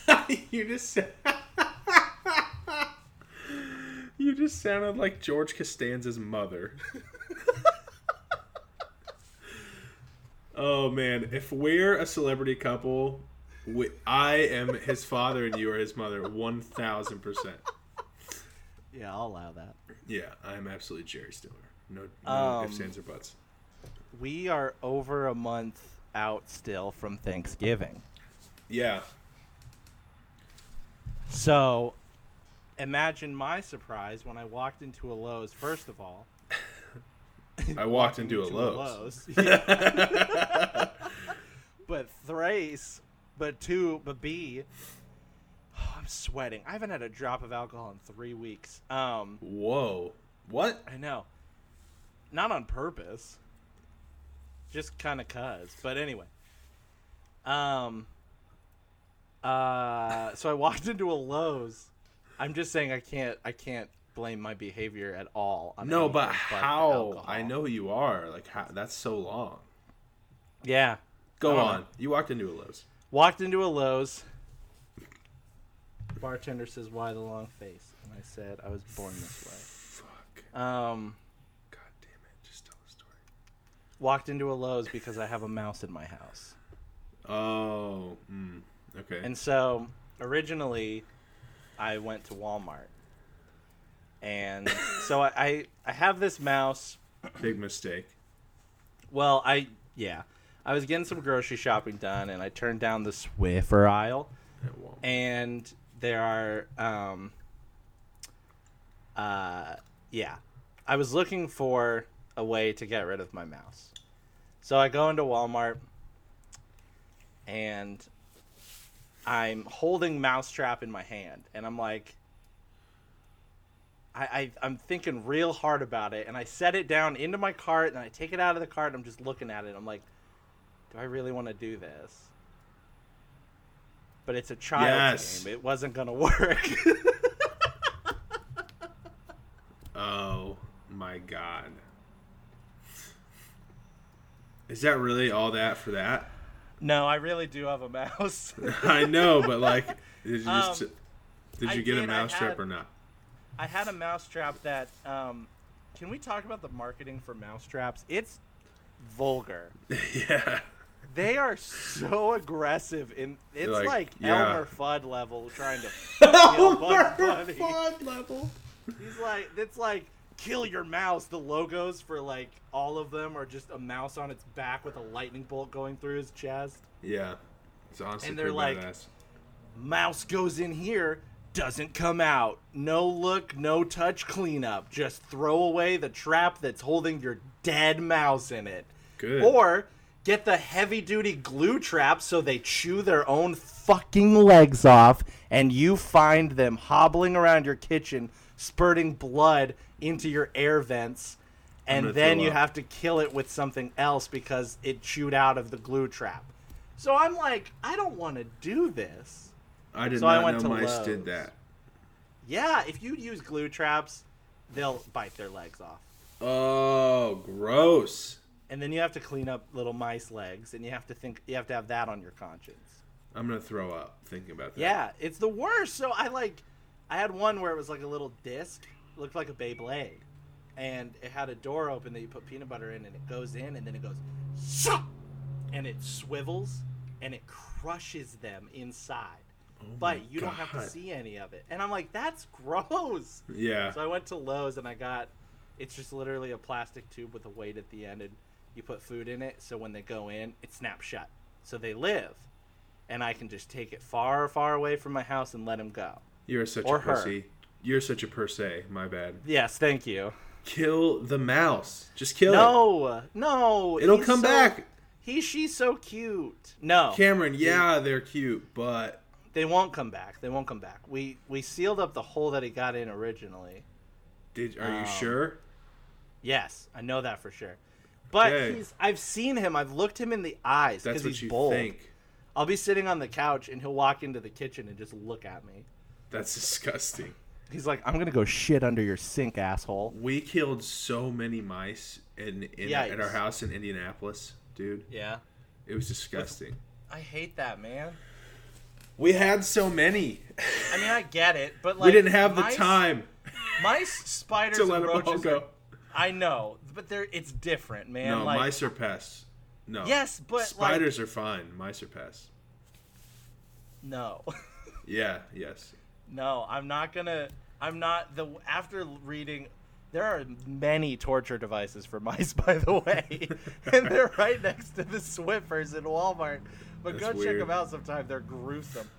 S1: second.
S2: you just. sa- you just sounded like George Costanza's mother. oh man, if we're a celebrity couple, we, I am his father and you are his mother, one thousand percent.
S1: yeah, I'll allow that.
S2: Yeah, I am absolutely Jerry Stiller. No, no
S1: Um,
S2: ifs, ands, or buts.
S1: We are over a month out still from Thanksgiving.
S2: Yeah,
S1: So, imagine my surprise when I walked into a Lowe's. First of all,
S2: I walked into a
S1: to
S2: Lowe's.
S1: Yeah. but thrice, but two, but B. Oh, I'm sweating. I haven't had a drop of alcohol in three weeks. Um,
S2: Whoa, what?
S1: I know. Not on purpose. Just kind of cuz. But anyway. Um. Uh. So I walked into a Lowe's. I'm just saying I can't. I can't blame my behavior at all. On
S2: No,
S1: anything
S2: but
S1: the
S2: how?
S1: alcohol.
S2: I know you are. Like, how, that's so long.
S1: Yeah.
S2: Go
S1: I don't
S2: on.
S1: know.
S2: You walked into a Lowe's.
S1: Walked into a Lowe's. Bartender says, "Why the long face?" And I said, "I was born this
S2: Fuck.
S1: way." Um.
S2: God damn it. Just tell the story.
S1: Walked into a Lowe's because I have a mouse in my house.
S2: Oh. Mm, okay.
S1: And so originally, I went to Walmart, and so I, I I have this mouse.
S2: Big mistake.
S1: Well, I yeah, I was getting some grocery shopping done, and I turned down the Swiffer aisle,
S2: At Walmart.
S1: and there are um uh yeah, I was looking for a way to get rid of my mouse, so I go into Walmart, and I'm holding Mousetrap in my hand, and I'm like, I, I I'm thinking real hard about it, and I set it down into my cart, and I take it out of the cart, and I'm just looking at it. I'm like, do I really want to do this? But it's a child's
S2: Yes.
S1: game. It wasn't gonna work.
S2: Oh my god. Is that really all that for that?
S1: no, I really do have a mouse.
S2: I know, but like, did you just
S1: Um,
S2: did
S1: I
S2: you get
S1: did,
S2: a
S1: I
S2: mousetrap
S1: had-
S2: or not?
S1: I had a mousetrap that. Um, can we talk about the marketing for mousetraps? It's vulgar.
S2: yeah.
S1: They are so aggressive, in it's
S2: Like,
S1: like,
S2: yeah.
S1: Elmer Fudd level trying to kill Bugs Bunny.
S2: level.
S1: He's like, it's like kill your mouse. The logos for like all of them are just a mouse on its back with a lightning bolt going through his chest.
S2: Yeah. It's honestly
S1: And they're
S2: pretty
S1: like-
S2: badass.
S1: Mouse goes in here, doesn't come out. No look, no touch cleanup. Just throw away the trap that's holding your dead mouse in it.
S2: Good.
S1: Or get the heavy duty glue trap so they chew their own fucking legs off and you find them hobbling around your kitchen, spurting blood into your air vents. And
S2: gonna
S1: then
S2: throw
S1: you
S2: up.
S1: have to kill it with something else because it chewed out of the glue trap. So I'm like, I don't want to do this.
S2: I did
S1: so I
S2: not
S1: went
S2: know
S1: to
S2: mice
S1: Lowe's.
S2: did that.
S1: Yeah, if you use glue traps, they'll bite their legs off.
S2: Oh, gross.
S1: And then you have to clean up little mice legs and you have to think you have to have that on your conscience.
S2: I'm gonna throw up thinking about that.
S1: Yeah, it's the worst. So I like, I had one where it was like a little disc, looked like a Beyblade, and it had a door open that you put peanut butter in, and it goes in, and then it goes, Shut! and it swivels, and it crushes them inside.
S2: Oh my
S1: but you don't have
S2: God.
S1: to see any of it. And I'm like, that's gross.
S2: Yeah.
S1: So I went to Lowe's and I got It's just literally a plastic tube with a weight at the end, and you put food in it. So when they go in, it snaps shut. So they live, and I can just take it far, far away from my house and let them go.
S2: You're such
S1: Or
S2: a
S1: her.
S2: pussy. You're such a per se. My bad.
S1: Yes, thank you.
S2: Kill the mouse. Just kill it.
S1: No, no,
S2: It'll
S1: he's
S2: come
S1: so-
S2: back.
S1: He, she's so cute. No,
S2: Cameron, yeah, they're cute, but
S1: they won't come back. They won't come back. We we sealed up the hole that he got in originally.
S2: did are you
S1: Um,
S2: sure?
S1: Yes, I know that for sure. But
S2: Okay.
S1: he's, I've seen him. I've looked him in the eyes because
S2: That's what
S1: he's
S2: you
S1: bold.
S2: think.
S1: I'll be sitting on the couch and he'll walk into the kitchen and just look at me.
S2: That's disgusting.
S1: He's like, "I'm gonna go shit under your sink, asshole."
S2: We killed so many mice in, in at our
S1: Yikes.
S2: house in Indianapolis, dude.
S1: Yeah,
S2: It was disgusting.
S1: I hate that, man.
S2: We had so many.
S1: I mean, I get it, but like,
S2: we didn't have the
S1: mice-
S2: time
S1: Mice, spiders,
S2: to
S1: and
S2: let them all
S1: roaches. are-
S2: go.
S1: I know, but they're it's different, man.
S2: no,
S1: like,
S2: mice are pests. No.
S1: Yes, but, like-
S2: spiders are fine. Mice are pests.
S1: no,
S2: Yeah. Yes.
S1: no, I'm not gonna. I'm not the after reading. There are many torture devices for mice, by the way, and they're right next to the Swiffers in Walmart. But go
S2: That's
S1: check
S2: weird.
S1: them out sometime. They're gruesome.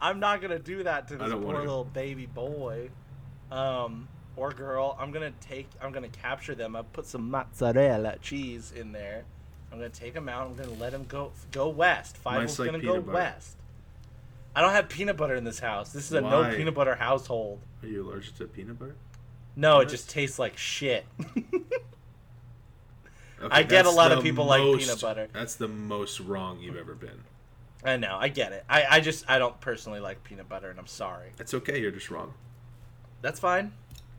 S1: I'm not gonna do that to this
S2: don't
S1: poor
S2: wanna-
S1: little baby boy, um, or girl. I'm gonna take. I'm gonna capture them. I put some mozzarella cheese in there. I'm gonna take them out. I'm gonna let them go go west. Five's
S2: Mice like
S1: gonna
S2: peanut
S1: go
S2: butter.
S1: west. I don't have peanut butter in this house. This is a
S2: Why?
S1: no peanut butter household.
S2: Are you allergic to peanut butter?
S1: No, it
S2: Nice.
S1: just tastes like shit.
S2: Okay,
S1: I get a
S2: that's
S1: lot of
S2: the
S1: people like peanut
S2: most-
S1: butter.
S2: That's the most wrong you've ever been.
S1: I know, I get it. I, I just I don't personally like peanut butter and I'm sorry.
S2: It's okay. You're just wrong.
S1: That's fine.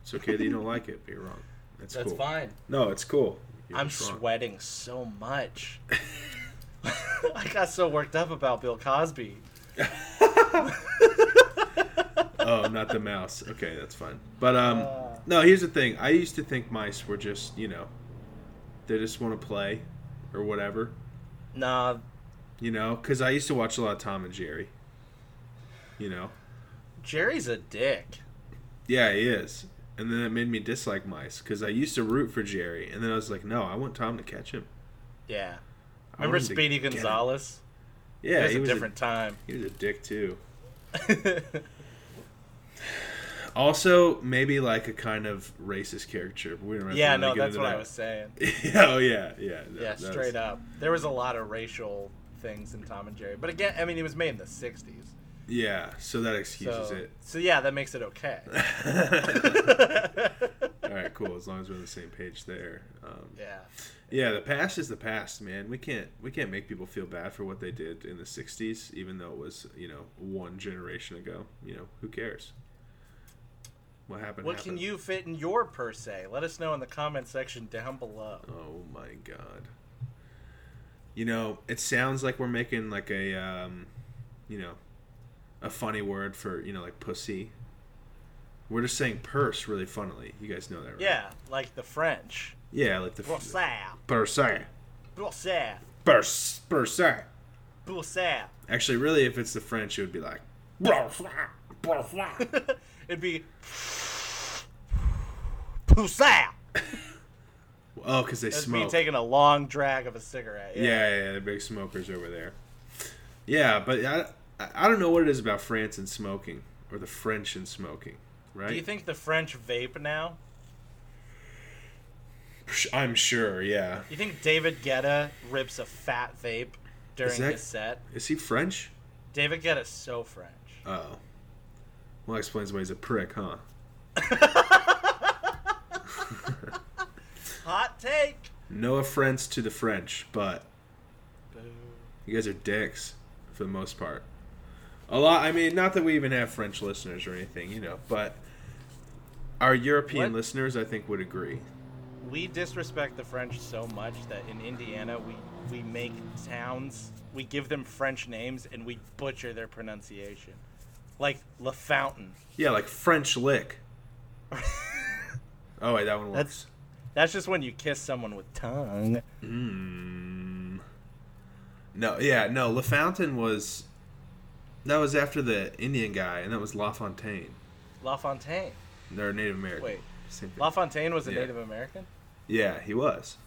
S2: It's okay that you don't like it, but you're wrong. That's,
S1: That's
S2: cool.
S1: fine.
S2: No, it's cool. You're
S1: I'm
S2: just wrong.
S1: sweating so much. I got so worked up about Bill Cosby.
S2: Oh, not the mouse. Okay, that's fine. But um,
S1: Uh.
S2: no. Here's the thing. I used to think mice were just you know, they just want to play, or whatever.
S1: Nah,
S2: You know, because I used to watch a lot of Tom and Jerry. You know.
S1: Jerry's a dick.
S2: Yeah, he is. And then it made me dislike mice because I used to root for Jerry, and then I was like, no, I want Tom to catch him.
S1: Yeah.
S2: I
S1: Remember
S2: want him to
S1: Speedy
S2: get him.
S1: Gonzalez?
S2: Yeah,
S1: There's
S2: he
S1: a
S2: was
S1: different time.
S2: A, he was a dick too. Also, maybe like a kind of racist caricature. But we don't.
S1: yeah,
S2: really
S1: no,
S2: get
S1: that's
S2: into
S1: what I
S2: that.
S1: was saying.
S2: oh yeah, yeah. that-
S1: Yeah,
S2: that's-
S1: straight up. There was a lot of racial things in Tom and Jerry. But again, I mean, it was made in the 60s.
S2: Yeah, so that excuses
S1: So,
S2: it.
S1: so yeah, that makes it okay.
S2: All right, cool. As long as we're on the same page there. Um, yeah.
S1: yeah.
S2: the past is the past, man. We can't we can't make people feel bad for what they did in the '60s, even though it was you know one generation ago. You know, who cares? What happened?
S1: What can
S2: happened.
S1: you fit in your per se? Let us know in the comment section down below.
S2: Oh my god. You know, it sounds like we're making like a um you know, a funny word for, you know, like pussy. We're just saying purse really funnily. You guys know that, right?
S1: Yeah, like the French.
S2: Yeah, like the
S1: Brossa.
S2: Purse.
S1: Brossa.
S2: Purse. Purse.
S1: Brossa.
S2: Actually, really if it's the French it would be like oh, purse.
S1: It'd be. Poussa!
S2: Oh, cuz they
S1: That's
S2: smoke.
S1: me taking a long drag of a cigarette. Yeah.
S2: Yeah, yeah, yeah, the big smokers over there. Yeah, but I I I don't know what it is about France and smoking or the French and smoking, right?
S1: Do you think the French vape now?
S2: I'm sure, yeah.
S1: You think David Guetta rips a fat vape during
S2: Is that-
S1: his set?
S2: Is he French?
S1: David Guetta's so French.
S2: Oh. Well, that explains why he's a prick, huh?
S1: Hot take.
S2: No offense to the French, but
S1: Boo.
S2: you guys are dicks for the most part. A lot, I mean, not that we even have French listeners or anything, you know, but our European
S1: What?
S2: listeners, I think, would agree.
S1: We disrespect the French so much that in Indiana we we make towns, we give them French names and we butcher their pronunciation. Like La Fountain.
S2: Yeah, like French lick. oh, wait, that one works.
S1: That's just when you kiss someone with tongue.
S2: No, yeah, no, LaFountain was. That was after the Indian guy, and that was LaFontaine.
S1: La Fontaine.
S2: They're Native American.
S1: Wait.
S2: Same thing.
S1: LaFontaine was a
S2: Yeah.
S1: Native American.
S2: Yeah, he was.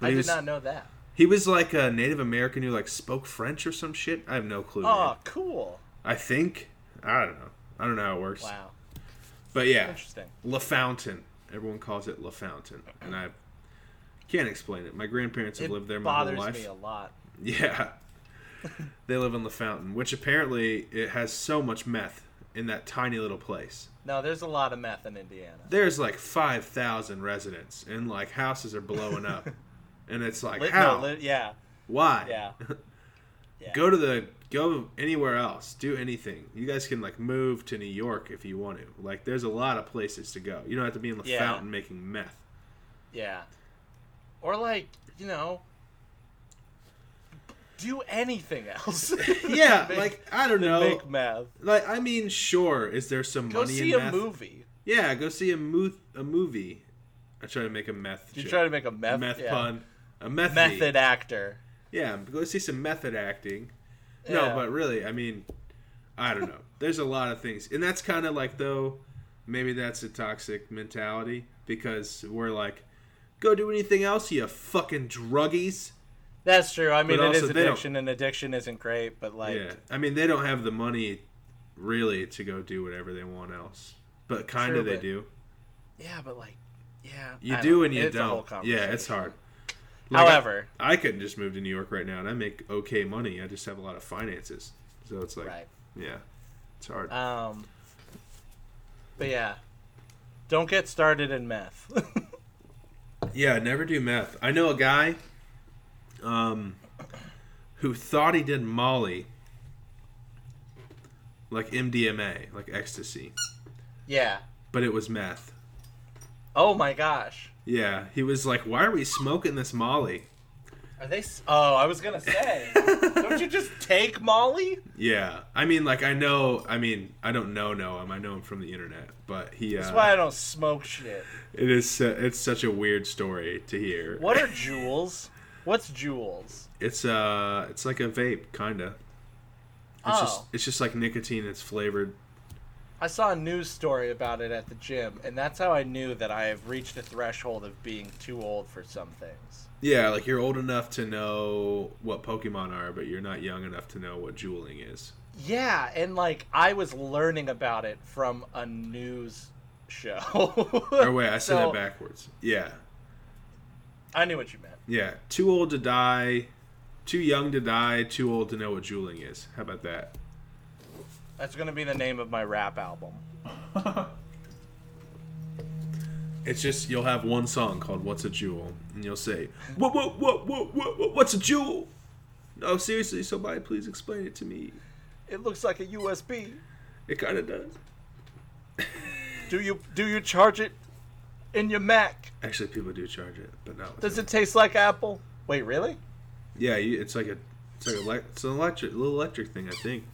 S2: But
S1: I
S2: he
S1: did
S2: was,
S1: not know that.
S2: He was like a Native American who like spoke French or some shit. I have no clue. man.
S1: Oh, cool!
S2: I think I don't know. I don't know how it works.
S1: Wow,
S2: But yeah,
S1: interesting.
S2: La Fountain. Everyone calls it La Fountain, and I can't explain it. My grandparents have
S1: It
S2: lived there my whole
S1: bothers
S2: life.
S1: me a lot.
S2: Yeah. they live in La Fountain, which apparently it has so much meth in that tiny little place.
S1: No, there's a lot of meth in Indiana.
S2: There's like 5,000 residents and like houses are blowing up. and it's like
S1: Lit-
S2: how?
S1: no, lit- yeah,
S2: Why?
S1: yeah. yeah.
S2: Go to the go anywhere else. Do anything. You guys can like move to New York if you want to. Like there's a lot of places to go. You don't have to be in La
S1: Yeah.
S2: Fountain making meth.
S1: Yeah. Or like, you know, do anything else.
S2: Yeah,
S1: Make-
S2: like oh, I don't
S1: than
S2: know.
S1: make meth.
S2: Like I mean, sure, is there some
S1: Go
S2: money
S1: see
S2: in
S1: a
S2: meth?
S1: movie.
S2: Yeah, go see a mo- a movie. I try to make a meth.
S1: You
S2: joke.
S1: try to make a meth,
S2: meth
S1: yeah.
S2: pun. A method.
S1: Method actor.
S2: Yeah, go see some method acting. No,
S1: Yeah.
S2: but really, I mean, I don't know. There's a lot of things, and that's kind of like though, maybe that's a toxic mentality because we're like, go do anything else, you fucking druggies.
S1: That's true. I mean,
S2: But
S1: it is
S2: also they don't-
S1: addiction, and addiction isn't great, but like,
S2: yeah, I mean they don't have the money, really, to go do whatever they want else. But kind
S1: True,
S2: of they
S1: but-
S2: do.
S1: yeah, but like, yeah.
S2: You
S1: I
S2: do
S1: know.
S2: and you
S1: It's a whole
S2: don't. yeah, it's
S1: conversation.
S2: hard. Like,
S1: However,
S2: I, I couldn't just move to New York right now, and I make okay money. I just have a lot of finances, so it's like,
S1: right.
S2: yeah, it's hard.
S1: Um, but yeah, don't get started in meth.
S2: Yeah, never do meth. I know a guy um who thought he did Molly like MDMA, like ecstasy,
S1: yeah.
S2: but it was meth.
S1: Oh my gosh.
S2: Yeah, he was like, "Why are we smoking this Molly?"
S1: Are they? s- Oh, I was gonna say. don't you just take Molly?
S2: Yeah. I mean, like I know, I mean, I don't know know him. I know him from the internet, but he uh,
S1: That's why I don't smoke shit.
S2: it is uh, it's such a weird story to hear.
S1: What are jewels? What's jewels?
S2: It's uh it's like a vape kind of. It's
S1: oh,
S2: just it's just like nicotine that's flavored.
S1: I saw a news story about it at the gym, and that's how I knew that I have reached the threshold of being too old for some things.
S2: Yeah, like you're old enough to know what Pokemon are, but you're not young enough to know what jeweling is.
S1: Yeah, and like I was learning about it from a news show.
S2: Or Oh, wait, I said
S1: So,
S2: that backwards. Yeah,
S1: I knew what you meant.
S2: yeah. Too old to die, too young to die, too old to know what jeweling is. How about that?
S1: That's gonna be the name of my rap album.
S2: It's just you'll have one song called "What's a Jewel," and you'll say, "What, what, what, what, what, what what's a jewel?" No, seriously, somebody please explain it to me.
S1: It looks like a USB.
S2: It kind of does.
S1: Do you do you charge it in your Mac?
S2: Actually, people do charge it, but not. with
S1: Does
S2: me.
S1: it taste like apple? Wait, really?
S2: Yeah, you, it's like a it's like a elec- it's an electric little electric thing, I think.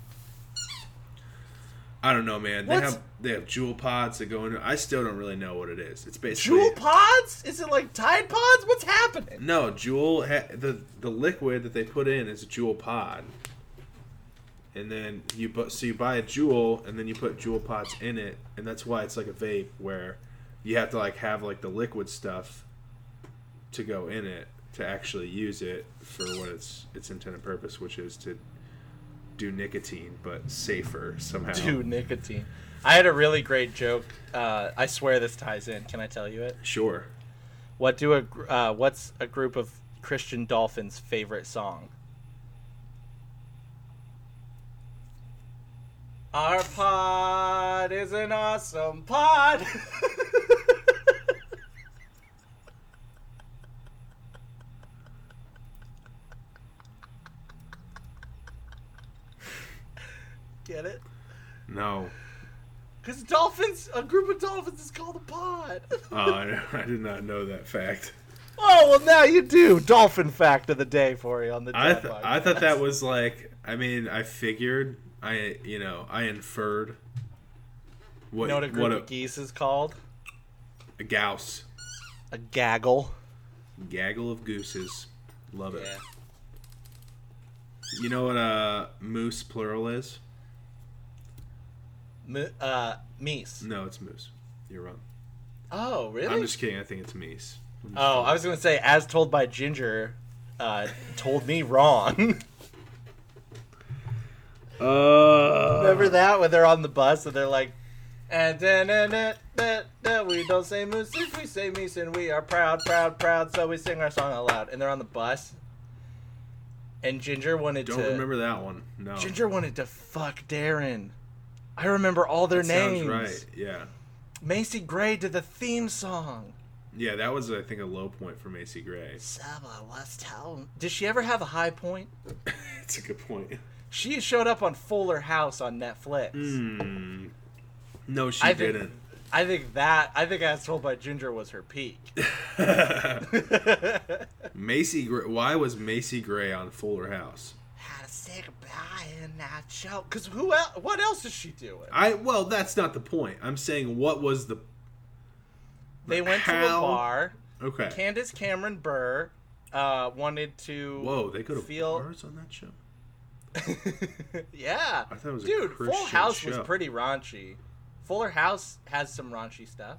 S2: I don't know, man. They
S1: What's-
S2: have they have jewel pods that go into. I still don't really know what it is. It's basically
S1: Jewel pods? Is it like Tide pods? What's happening?
S2: No, jewel ha- the the liquid that they put in is a jewel pod. And then you bu- so you buy a jewel and then you put jewel pods in it, and that's why it's like a vape where you have to like have like the liquid stuff to go in it to actually use it for what its its intended purpose, which is to do nicotine but safer somehow.
S1: Dude, nicotine. I had a really great joke. Uh, I swear this ties in. Can I tell you it?
S2: Sure.
S1: What do a gr- uh, what's a group of Christian Dolphins' favorite song? Our pod is an awesome pod. Get it?
S2: No.
S1: Because dolphins, a group of dolphins is called a pod.
S2: Uh, I I did not know that fact.
S1: Oh well, now you do. Dolphin fact of the day for you on the.
S2: I,
S1: Dad
S2: th-
S1: Podcast.
S2: I thought that was like I mean I figured I you know I inferred what
S1: You know what a group
S2: what
S1: of geese is called?
S2: a Gauss
S1: A gaggle.
S2: gaggle of gooses love it
S1: Yeah.
S2: you know what uh moose plural is
S1: M- uh, meese.
S2: no it's moose you're wrong
S1: Oh, really?
S2: I'm just kidding. I think it's Mies.
S1: Oh, I was gonna say, as told by Ginger, uh, told me wrong.
S2: Uh,
S1: Remember that when they're on the bus and they're like, "Eh, and then and then then- then we don't say moose, if we say meese, and we are proud, proud, proud. So we sing our song out loud, and they're on the bus. And Ginger wanted
S2: don't
S1: to.
S2: remember that one. No.
S1: Ginger wanted to fuck Darren. I remember all their
S2: That
S1: names.
S2: Sounds right. Yeah.
S1: Macy Gray did the theme song.
S2: Yeah, that was I think a low point for Macy Gray.
S1: Saba was town. Did she ever have a high point?
S2: That's a good point.
S1: She showed up on Fuller House on Netflix.
S2: Hmm. No, she
S1: I think-
S2: didn't.
S1: I think that I think as told by Ginger was her peak. Had
S2: Macy Gray. Why was Macy Gray on Fuller House?
S1: to say goodbye and not shout. Cause who else? What else is she doing?
S2: I well, that's not the point. I'm saying what was the
S1: They went to a
S2: How?
S1: bar.
S2: okay?
S1: Candace Cameron Burr uh, wanted to.
S2: Whoa, they could have
S1: feel-
S2: bars on that show.
S1: yeah.
S2: I thought it was a
S1: Dude, Full
S2: Christian
S1: House was
S2: show.
S1: pretty raunchy. Fuller House has some raunchy stuff.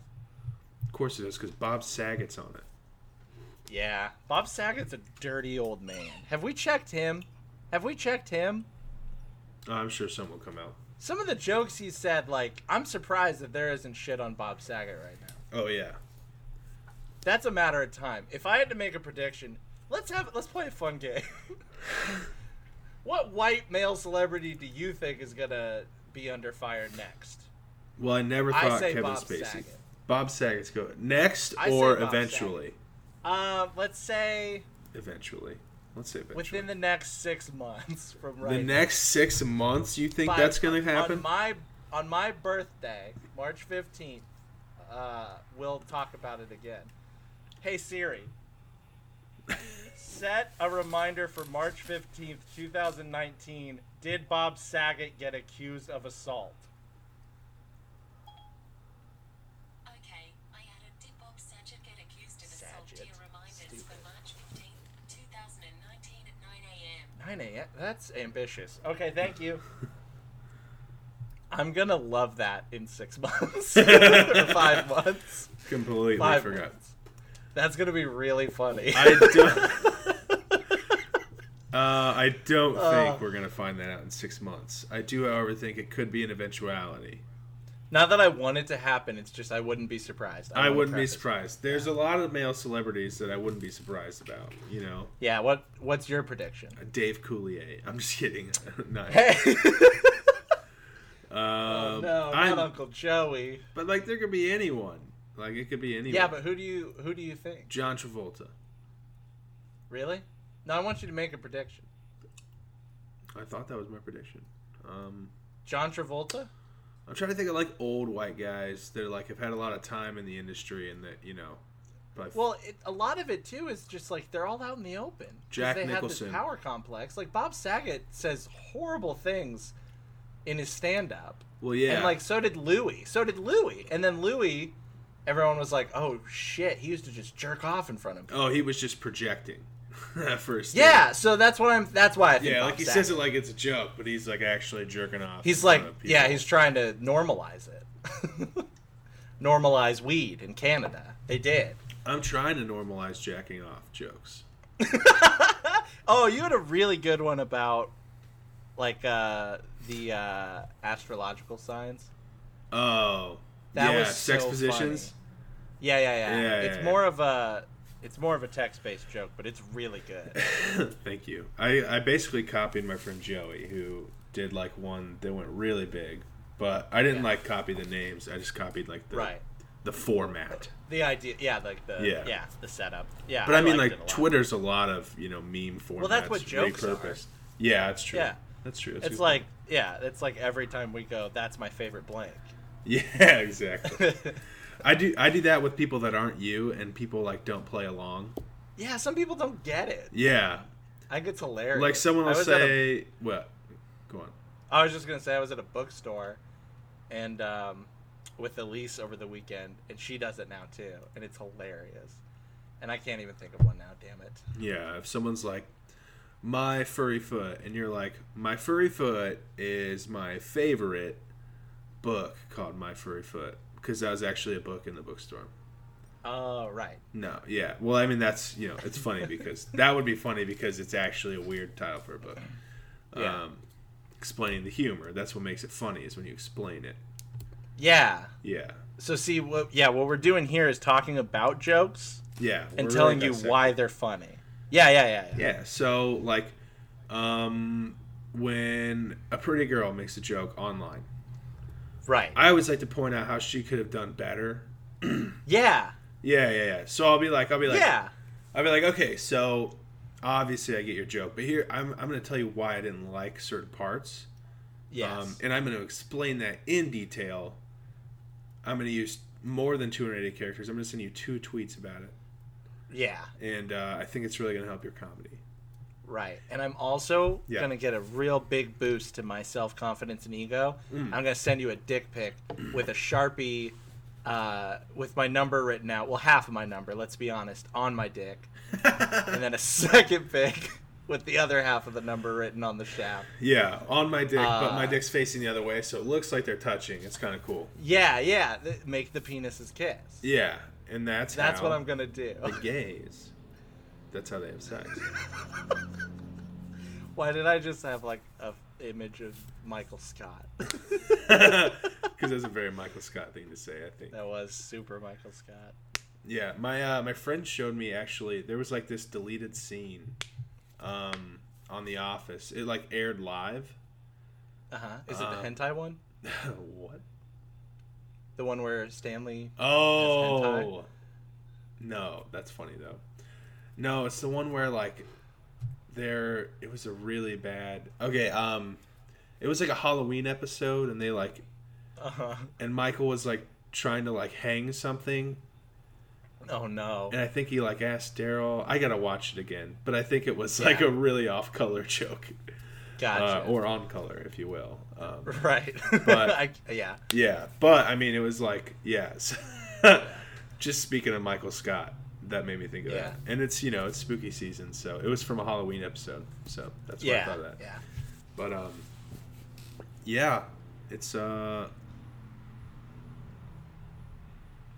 S2: Of course it is, because Bob Saget's on it.
S1: Yeah. Bob Saget's a dirty old man. Have we checked him? Have we checked him?
S2: Oh, I'm sure some will come out.
S1: Some of the jokes he said, like, I'm surprised that there isn't shit on Bob Saget right now.
S2: Oh yeah.
S1: That's a matter of time. If I had to make a prediction, let's have let's play a fun game. what white male celebrity do you think is gonna be under fire next?
S2: Well, I never
S1: I
S2: thought
S1: say
S2: Kevin
S1: Bob
S2: Spacey.
S1: Saget.
S2: Bob Saget's good. Next
S1: I say
S2: or
S1: Bob
S2: eventually?
S1: Uh, let's say
S2: Eventually. Let's say eventually.
S1: within the next six months from right.
S2: the next six months, you think
S1: By-
S2: that's going to happen?
S1: On my on my birthday, March fifteenth. Uh, we'll talk about it again. Hey Siri, set a reminder for March fifteenth, two thousand nineteen. Did Bob Saget get accused of assault?
S7: Okay, I added did Bob Saget get accused of assault to
S1: Saget.
S7: your reminders for
S1: Stupid.
S7: March 15th, 2019 at 9 a.m.
S1: Nine a.m. That's ambitious. Okay, thank you. I'm gonna love that in six months or five months.
S2: Completely
S1: Five
S2: forgot.
S1: months. That's gonna be really funny.
S2: I don't. Uh, I don't think we're gonna find that out in six months. I do, however, think it could be an eventuality.
S1: Not that I want it to happen, it's just I wouldn't be surprised.
S2: I
S1: wanna
S2: wouldn't be
S1: preface.
S2: surprised. There's a lot of male celebrities that I wouldn't be surprised about. You know,
S1: Yeah, what what's your prediction?
S2: Dave Coulier. I'm just kidding. no,
S1: Oh, no,
S2: um,
S1: not
S2: I'm-
S1: Uncle Joey.
S2: but like there could be anyone. Like it could be anyone.
S1: Yeah, but who do you who do you think?
S2: John Travolta.
S1: Really? No, I want you to make a prediction.
S2: I thought that was my prediction. Um,
S1: John Travolta?
S2: I'm trying to think of like old white guys that like have had a lot of time in the industry and that you know, but
S1: Well, it, a lot of it too is just like they're all out in the open. 'Cause
S2: Jack
S1: they
S2: Nicholson.
S1: have this power complex. Like Bob Saget says horrible things in his stand up.
S2: well yeah,
S1: And like so did Louis. So did Louis. And then Louis everyone was like, "Oh shit, he used to just jerk off in front of me."
S2: oh he was just projecting for a statement.
S1: Yeah, so that's what I'm. That's why I think.
S2: yeah,
S1: Bob
S2: like he
S1: Saget.
S2: says it like it's a joke, but he's like actually jerking off.
S1: He's
S2: in front
S1: like,
S2: of people.
S1: yeah, he's trying to normalize it. normalize weed in Canada. They did.
S2: I'm trying to normalize jacking off jokes.
S1: Oh, you had a really good one about like uh, the uh, astrological signs.
S2: Oh,
S1: That
S2: yeah,
S1: was so
S2: sex positions.
S1: funny. Yeah, yeah, yeah.
S2: Yeah,
S1: it's
S2: yeah,
S1: more of a. It's more of a text-based joke, but it's really good.
S2: Thank you. I, I basically copied my friend Joey, who did like one that went really big, but I didn't like copy the names. I just copied like the
S1: Right.
S2: the format.
S1: The idea, yeah, like the
S2: Yeah.
S1: yeah, the setup, yeah.
S2: But I, mean,
S1: liked
S2: like
S1: it a lot.
S2: Twitter's a lot of you know meme formats.
S1: that's what jokes are.
S2: repurposed. Yeah, that's true.
S1: Yeah.
S2: that's true. That's a
S1: It's
S2: good
S1: like,
S2: point.
S1: yeah, it's like every time we go, that's my favorite blank.
S2: yeah, exactly. I do I do that with people that aren't you and people like don't play along.
S1: yeah, some people don't get it.
S2: Yeah,
S1: I think it's hilarious.
S2: like someone
S1: I
S2: will
S1: was at a-
S2: say what? Go on.
S1: I was just gonna say I was at a bookstore, and um, with Elise over the weekend, and she does it now too, and it's hilarious. And I can't even think of one now. Damn it.
S2: Yeah, if someone's like, my furry foot, and you're like, my furry foot is my favorite book called My Furry Foot because that was actually a book in the bookstore.
S1: Oh, right.
S2: No, yeah. Well, I mean, that's you know, it's funny because that would be funny because it's actually a weird title for a book.
S1: Yeah.
S2: Um, explaining the humor. That's what makes it funny is when you explain it.
S1: Yeah.
S2: Yeah,
S1: So see what? Yeah, what we're doing here is talking about jokes
S2: yeah.
S1: and
S2: we're
S1: telling
S2: really
S1: you
S2: dissecting.
S1: why they're funny. Yeah, yeah, yeah, yeah.
S2: Yeah. So like, um, when a pretty girl makes a joke online,
S1: Right.
S2: I always like to point out how she could have done better.
S1: Yeah.
S2: Yeah, yeah, yeah. So I'll be like, I'll be like,
S1: yeah.
S2: I'll be like, okay, so obviously I get your joke, but here I'm I'm gonna tell you why I didn't like certain parts.
S1: Yes.
S2: Um, and I'm going to explain that in detail. I'm going to use more than 280 characters. I'm going to send you two tweets about it.
S1: yeah.
S2: And uh, I think it's really going to help your comedy.
S1: Right. And I'm also
S2: Yeah.
S1: gonna get a real big boost to my self confidence and ego. I'm gonna send you a dick pic with a sharpie. Uh, with my number written out, well, half of my number, let's be honest, on my dick, and then a second pic with the other half of the number written on the shaft.
S2: Yeah, on my dick, but
S1: Uh,
S2: my dick's facing the other way, so it looks like they're touching. It's kind of cool.
S1: Yeah, yeah, th- make the penises kiss.
S2: Yeah, and that's
S1: That's
S2: how
S1: what I'm gonna do.
S2: the gays. That's how they have sex.
S1: Why did I just have like a image of Michael Scott?
S2: Because that's a very Michael Scott thing to say, I think.
S1: That was super Michael Scott.
S2: Yeah, my uh, my friend showed me actually there was like this deleted scene um, on The Office. It like aired live.
S1: Uh huh. Is
S2: Uh,
S1: it the hentai one?
S2: what?
S1: The one where Stanley?
S2: Oh. No, that's funny though. No, it's the one where like there it was a really bad. Okay, um it was like a Halloween episode and they like
S1: Uh huh.
S2: and Michael was like trying to like hang something
S1: Oh no.
S2: and I think he like asked Daryl. I got to watch it again, but I think it was like a really off color joke.
S1: Gotcha.
S2: Uh, or on color, if you will. Um,
S1: right.
S2: But-
S1: I, yeah.
S2: Yeah, but I mean, it was like, yeah. so- just speaking of Michael Scott, that made me think of
S1: Yeah.
S2: that. And it's you know it's spooky season, so it was from a Halloween episode, so that's why I
S1: Yeah.
S2: thought of that.
S1: Yeah.
S2: But um, yeah, it's uh.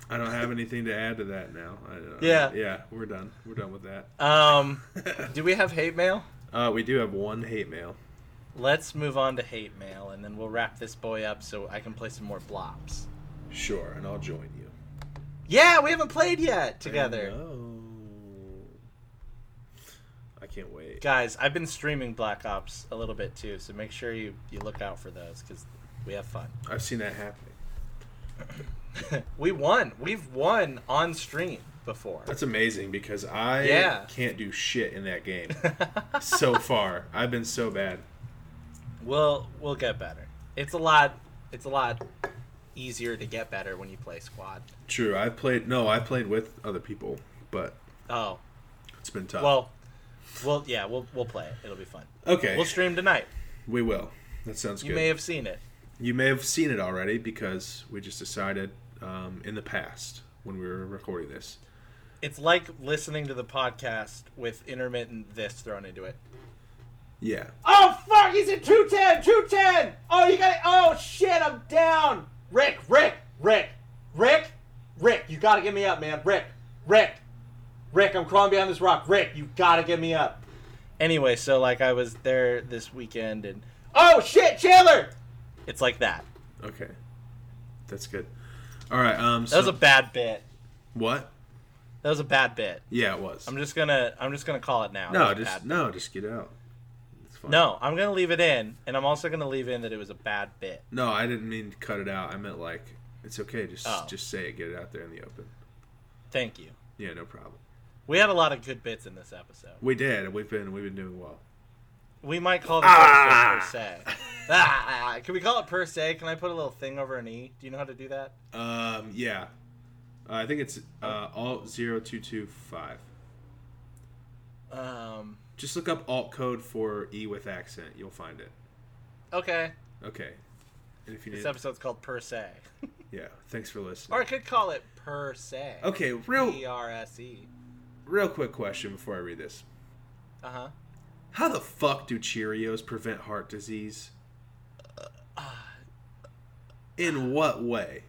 S2: I don't have anything to add to that now. I don't,
S1: Yeah.
S2: yeah, we're done. We're done with that.
S1: Um, do we have hate mail?
S2: Uh, we do have one hate mail.
S1: Let's move on to hate mail, and then we'll wrap this boy up so I can play some more blops.
S2: Sure, and I'll join you.
S1: Yeah, we haven't played yet together.
S2: I, know. uh, I can't wait.
S1: guys i've been streaming black ops a little bit too so make sure you you look out for those because we have fun
S2: I've seen that happening.
S1: we won we've won on stream before
S2: That's amazing because I
S1: Yeah.
S2: can't do shit in that game so far. I've been so bad.
S1: we'll we'll get better it's a lot it's a lot easier to get better when you play squad
S2: True, I played. No, I played with other people, but
S1: oh
S2: it's been tough.
S1: well well yeah we'll we'll play it it'll be fun
S2: okay,
S1: we'll stream tonight
S2: we will. That sounds
S1: you
S2: good.
S1: may have seen it
S2: you may have seen it already because we just decided um, in the past when we were recording this.
S1: it's like listening to the podcast with intermittent this thrown into it
S2: Yeah,
S1: Oh fuck, he's at 210, 210! Oh you gotta oh shit, I'm down! Rick, Rick, Rick, Rick, Rick, you gotta get me up, man. Rick, Rick, Rick, I'm crawling behind this rock. Rick, you gotta get me up. Anyway, so like I was there this weekend and Oh shit, Chandler! It's like that.
S2: okay, that's good. All right. Um.
S1: That
S2: So,
S1: was a bad bit.
S2: what?
S1: That was a bad bit.
S2: Yeah, it was.
S1: I'm just gonna I'm just gonna call it now. It was
S2: no,
S1: a
S2: just
S1: bad-
S2: no, just get out. It's fine.
S1: No, I'm gonna leave it in, and I'm also gonna leave in that it was a bad bit.
S2: No, I didn't mean to cut it out. I meant like it's okay. Just
S1: Oh.
S2: just say it. Get it out there in the open.
S1: Thank you.
S2: Yeah, no problem.
S1: We had a lot of good bits in this episode.
S2: We did. We've been we've been doing well.
S1: We might call the episode per se. Ah, can we call it per se? Can I put a little thing over an e? Do you know how to do that?
S2: Um, yeah, uh, I think it's uh, alt zero two two five.
S1: Um,
S2: Just look up alt code for e with accent. You'll find it.
S1: okay.
S2: Okay. And if you need,
S1: This episode's called per se,
S2: yeah. Thanks for listening.
S1: or I could call it per se.
S2: Okay, real
S1: P R S E.
S2: real quick question before I read this.
S1: Uh huh.
S2: How the fuck do Cheerios prevent heart disease? In what way?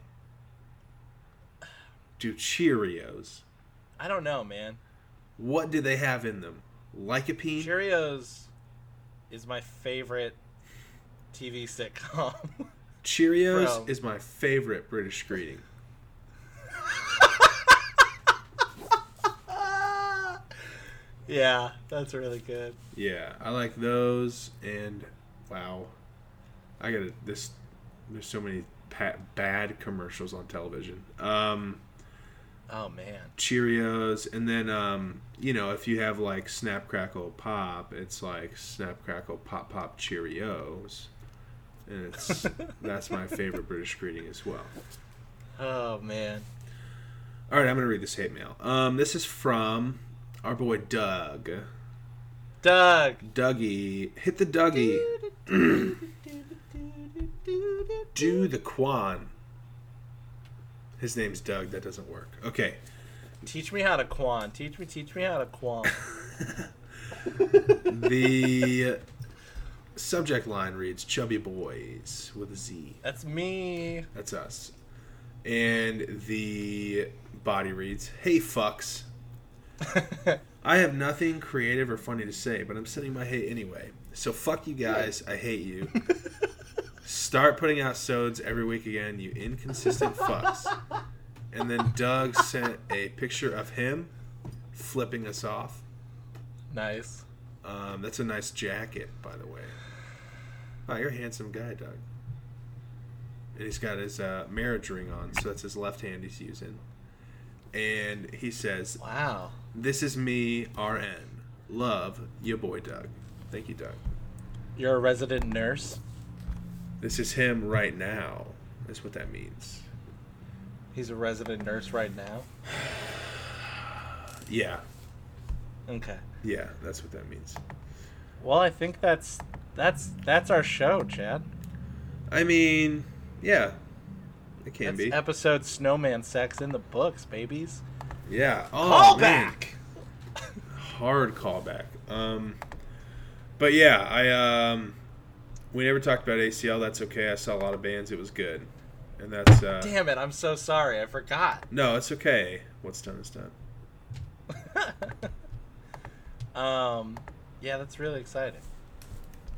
S2: do Cheerios?
S1: I don't know, man.
S2: What do they have in them? Lycopene?
S1: Cheerios is my favorite TV sitcom.
S2: Cheerios
S1: Bro.
S2: is my favorite British greeting.
S1: yeah, that's really good.
S2: Yeah, I like those and wow. I got to this there's so many pa- bad commercials on television. Um
S1: Oh man.
S2: Cheerios, and then um, you know if you have like Snap Crackle Pop, it's like Snap Crackle Pop Pop Cheerios, and it's that's my favorite British greeting as well.
S1: Oh man.
S2: All right, I'm gonna read this hate mail. Um, this is from our boy Doug.
S1: Doug.
S2: Dougie, hit the Dougie. Do the Quan. His name's Doug. That doesn't work. Okay.
S1: Teach me how to quan. Teach me, teach me how to quan.
S2: The subject line reads Chubby Boys with a Z.
S1: That's me.
S2: That's us. And the body reads Hey, fucks. I have nothing creative or funny to say, but I'm sending my hate anyway. So fuck you guys. I hate you. Start putting out sods every week again, you inconsistent fucks. And then Doug sent a picture of him flipping us off.
S1: Nice.
S2: Um, that's a nice jacket, by the way. Wow, you're a handsome guy, Doug. And he's got his uh, marriage ring on, so that's his left hand he's using. And he says,
S1: Wow.
S2: "This is me, RN. Love your boy, Doug. Thank you, Doug.
S1: You're a resident nurse.
S2: This is him right now. That's what that means.
S1: He's a resident nurse right now.
S2: Yeah,
S1: Okay.
S2: yeah, that's what that means.
S1: Well, I think that's that's that's our show, Chad.
S2: I mean, yeah, it can
S1: that's
S2: be.
S1: episode Snowman Sex in the books, babies.
S2: Yeah.
S1: Call
S2: Oh, man. Hard callback. Um, but yeah, I um, we never talked about ACL. That's okay. I saw a lot of bands. It was good, and that's uh,
S1: Damn it, I'm so sorry. I forgot.
S2: no, it's okay. What's done is done.
S1: Um, yeah, that's really exciting.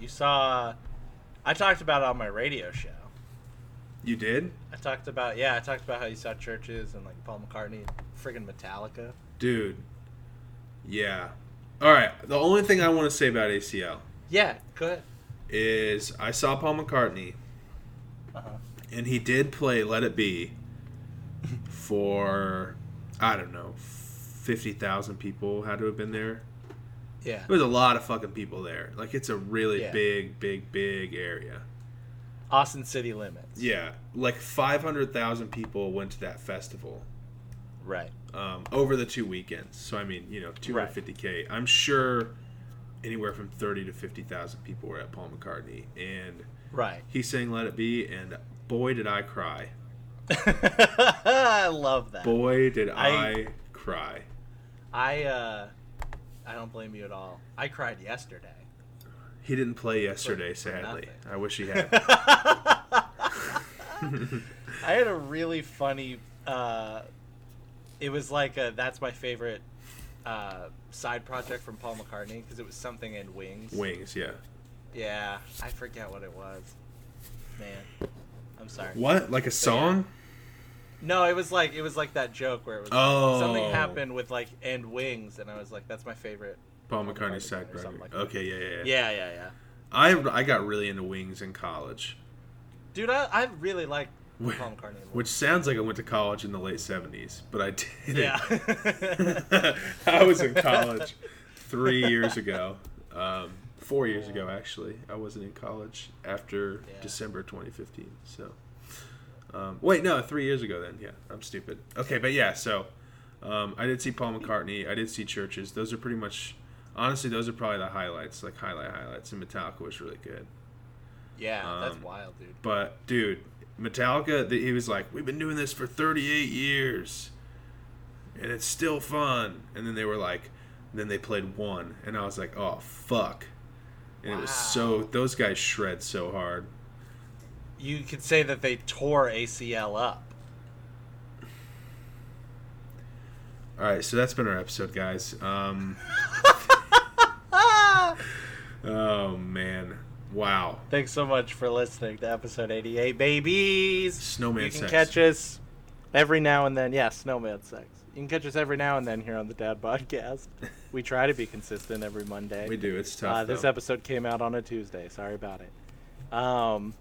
S1: You saw I talked about it on my radio show.
S2: You did,
S1: I talked about yeah, I talked about how you saw churches and like Paul McCartney and friggin' Metallica.
S2: dude. Yeah. All right. The only thing I want to say about ACL
S1: Yeah, good.
S2: is I saw Paul McCartney,
S1: Uh-huh.
S2: and he did play "Let It Be" for I don't know fifty thousand people had to have been there.
S1: Yeah.
S2: There's a lot of fucking people there. Like it's a really
S1: Yeah.
S2: big, big, big area.
S1: Austin City Limits.
S2: Yeah, like five hundred thousand people went to that festival
S1: Right.
S2: um, over the two weekends. So I mean, you know, two hundred fifty k. I'm sure anywhere from thirty to fifty thousand people were at Paul McCartney, and
S1: Right.
S2: he sang "Let It Be," and boy did I cry.
S1: I love that.
S2: Boy did I,
S1: I-
S2: cry.
S1: I uh I don't blame you at all. I cried yesterday.
S2: He didn't play yesterday,
S1: for
S2: sadly.
S1: nothing.
S2: I wish he had.
S1: I had a really funny uh it was like a that's my favorite uh side project from Paul McCartney because it was something in Wings.
S2: Wings, yeah.
S1: Yeah, I forget what it was. Man. I'm sorry.
S2: What? Like a song?
S1: No, it was like it was like that joke where it was like,
S2: Oh.
S1: something happened with like and wings and I was like that's my favorite.
S2: Paul
S1: McCartney
S2: McCartney's side
S1: or something like
S2: project. okay, yeah, yeah,
S1: Yeah,
S2: yeah.
S1: yeah, yeah.
S2: I I got really into wings in college,
S1: Dude, I, I really like Paul
S2: Wh-
S1: McCartney. and
S2: which sounds like I went to college in the late seventies, but I didn't.
S1: Yeah.
S2: I was in college three years ago, um, four years ago actually. I wasn't in college after
S1: Yeah.
S2: December 2015. So, um, wait, no, three years ago then. Yeah, I'm stupid. Okay, but yeah, so um, I did see Paul McCartney. I did see Churches. Those are pretty much, honestly, those are probably the highlights, like highlight highlights. And Metallica was really good.
S1: yeah, that's
S2: Um,
S1: wild, dude.
S2: But dude, Metallica, th he was like, "We've been doing this for 38 years, and it's still fun." And then they were like, then they played one, and I was like, "Oh fuck!" And it was so those guys shred so hard.
S1: You could say that they tore ACL up.
S2: All right, so that's been our episode, guys. Um, oh man, wow.
S1: Thanks so much for listening to episode 88, babies.
S2: Snowman
S1: You can
S2: sex.
S1: catch us every now and then. Yeah, snowman sex. You can catch us every now and then here on the Dad Podcast. We try to be consistent every Monday.
S2: We do. It's tough.
S1: Uh, this
S2: though.
S1: episode came out on a Tuesday. Sorry about it. Um,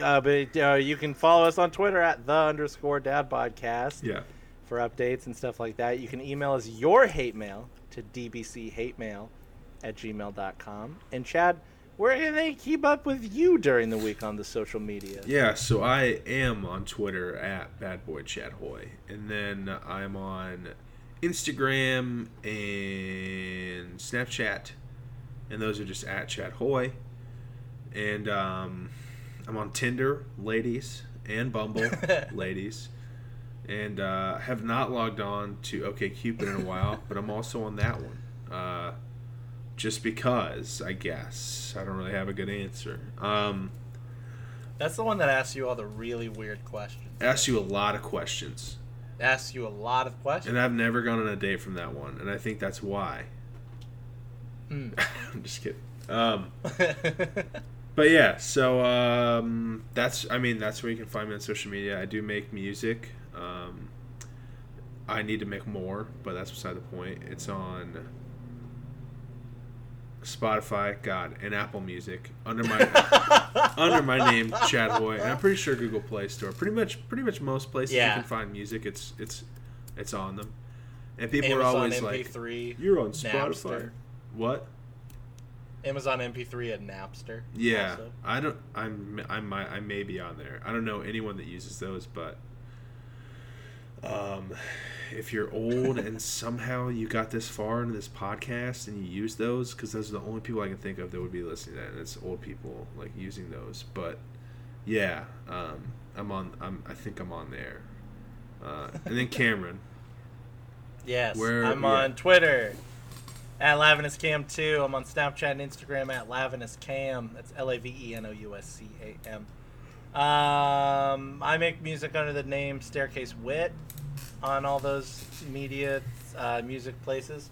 S1: uh, but uh, you can follow us on Twitter at the underscore Dad Podcast
S2: Yeah.
S1: for updates and stuff like that. You can email us your hate mail to dbchatemail at gmail.com. And Chad, where can they keep up with you during the week on the social media?
S2: Yeah, so I am on Twitter at Bad Boy Chad Hoy. And then I'm on Instagram and Snapchat. And those are just at Chad Hoy. And um, I'm on Tinder, ladies, and Bumble, ladies. And uh, have not logged on to OKCupid in a while, but I'm also on that one. Uh, just because, I guess. I don't really have a good answer. Um,
S1: That's the one that asks you all the really weird questions.
S2: asks you a lot of questions,
S1: Asks you a lot of questions.
S2: and I've never gone on a date from that one, and I think that's why.
S1: Mm.
S2: I'm just kidding. Um, but yeah, so um, that's I mean that's where you can find me on social media. I do make music. Um, I need to make more, but that's beside the point. It's on Spotify, God, and Apple Music under my under my name, Chad Hoy, and I'm pretty sure Google Play Store. Pretty much, pretty much most places
S1: Yeah.
S2: you can find music, it's it's it's on them. And people
S1: Amazon
S2: are always like,
S1: MP3.
S2: "You're on Spotify."
S1: Napster.
S2: What?
S1: Amazon MP3 and Napster.
S2: Yeah,
S1: also.
S2: I don't. I'm. I might. I may be on there. I don't know anyone that uses those, but um, if you're old and somehow you got this far into this podcast and you use those, because those are the only people I can think of that would be listening to that, and it's old people like using those. But yeah, um, I'm on. I'm. I think I'm on there. Uh, and then Cameron.
S1: Yes.
S2: Where-
S1: I'm
S2: yeah.
S1: on Twitter at LavinusCam2. I'm on Snapchat and Instagram at LavinusCam. That's L A V E N O U S C A M. Um, I make music under the name Staircase Wit on all those media uh, music places.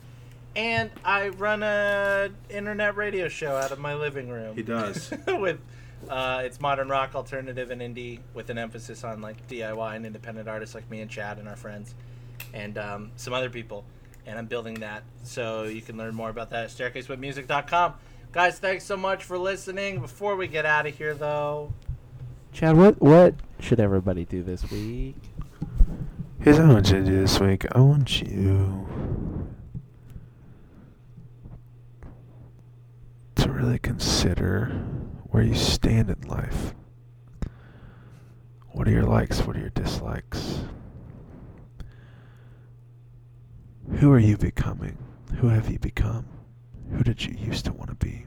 S1: And I run a internet radio show out of my living room.
S2: He does.
S1: with uh, it's modern rock, alternative, and indie, with an emphasis on like DIY and independent artists like me and Chad and our friends, and um, some other people. And I'm building that, so you can learn more about that at staircasewithmusic.com. Guys, thanks so much for listening. Before we get out of here, though, Chad, what what should everybody do this week?
S2: Here's what I want you to do this week. I want you to really consider where you stand in life. What are your likes? What are your dislikes? Who are you becoming? Who have you become? Who did you used to want to be?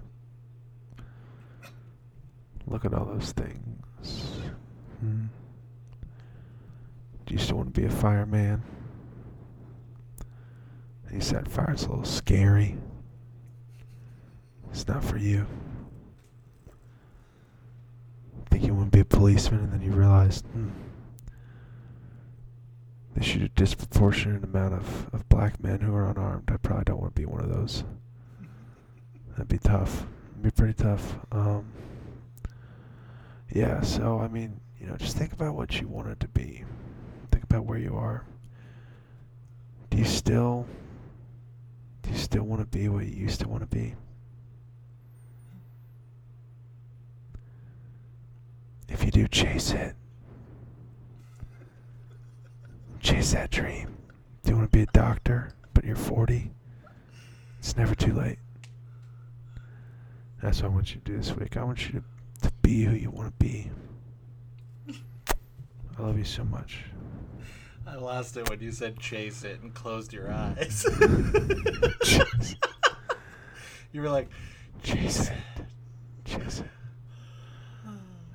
S2: Look at all those things. Hmm. Do you still want to be a fireman? He said fire's a little scary. It's not for you. Think you want to be a policeman and then you realize, hmm, they shoot a disproportionate amount of, of black men who are unarmed. I probably don't want to be one of those. That'd be tough. It'd be pretty tough. Um, yeah, so I mean, you know, just think about what you wanted to be. Think about where you are. Do you still do you still want to be what you used to want to be? If you do, chase it. Chase that dream. Do you want to be a doctor, but you're 40? It's never too late. That's what I want you to do this week. I want you to to be who you want to be. I love you so much.
S1: I lost it when you said chase it and closed your eyes. you were like,
S2: Chase it. Chase it.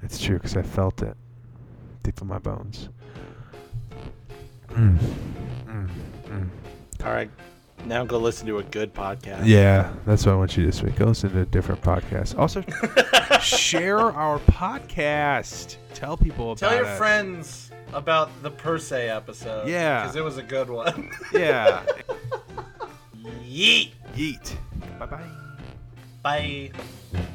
S2: It's true because I felt it deep in my bones. Mm. Mm. Mm.
S1: all right, now go listen to a good podcast.
S2: Yeah, that's what I want you this week. Go listen to a different podcast. Also,
S8: Share our podcast. Tell people about
S1: Tell your
S8: us.
S1: friends about the per se episode.
S8: Yeah.
S1: Because it was a good one.
S8: Yeah.
S1: Yeet.
S8: Yeet. Bye bye.
S1: Bye.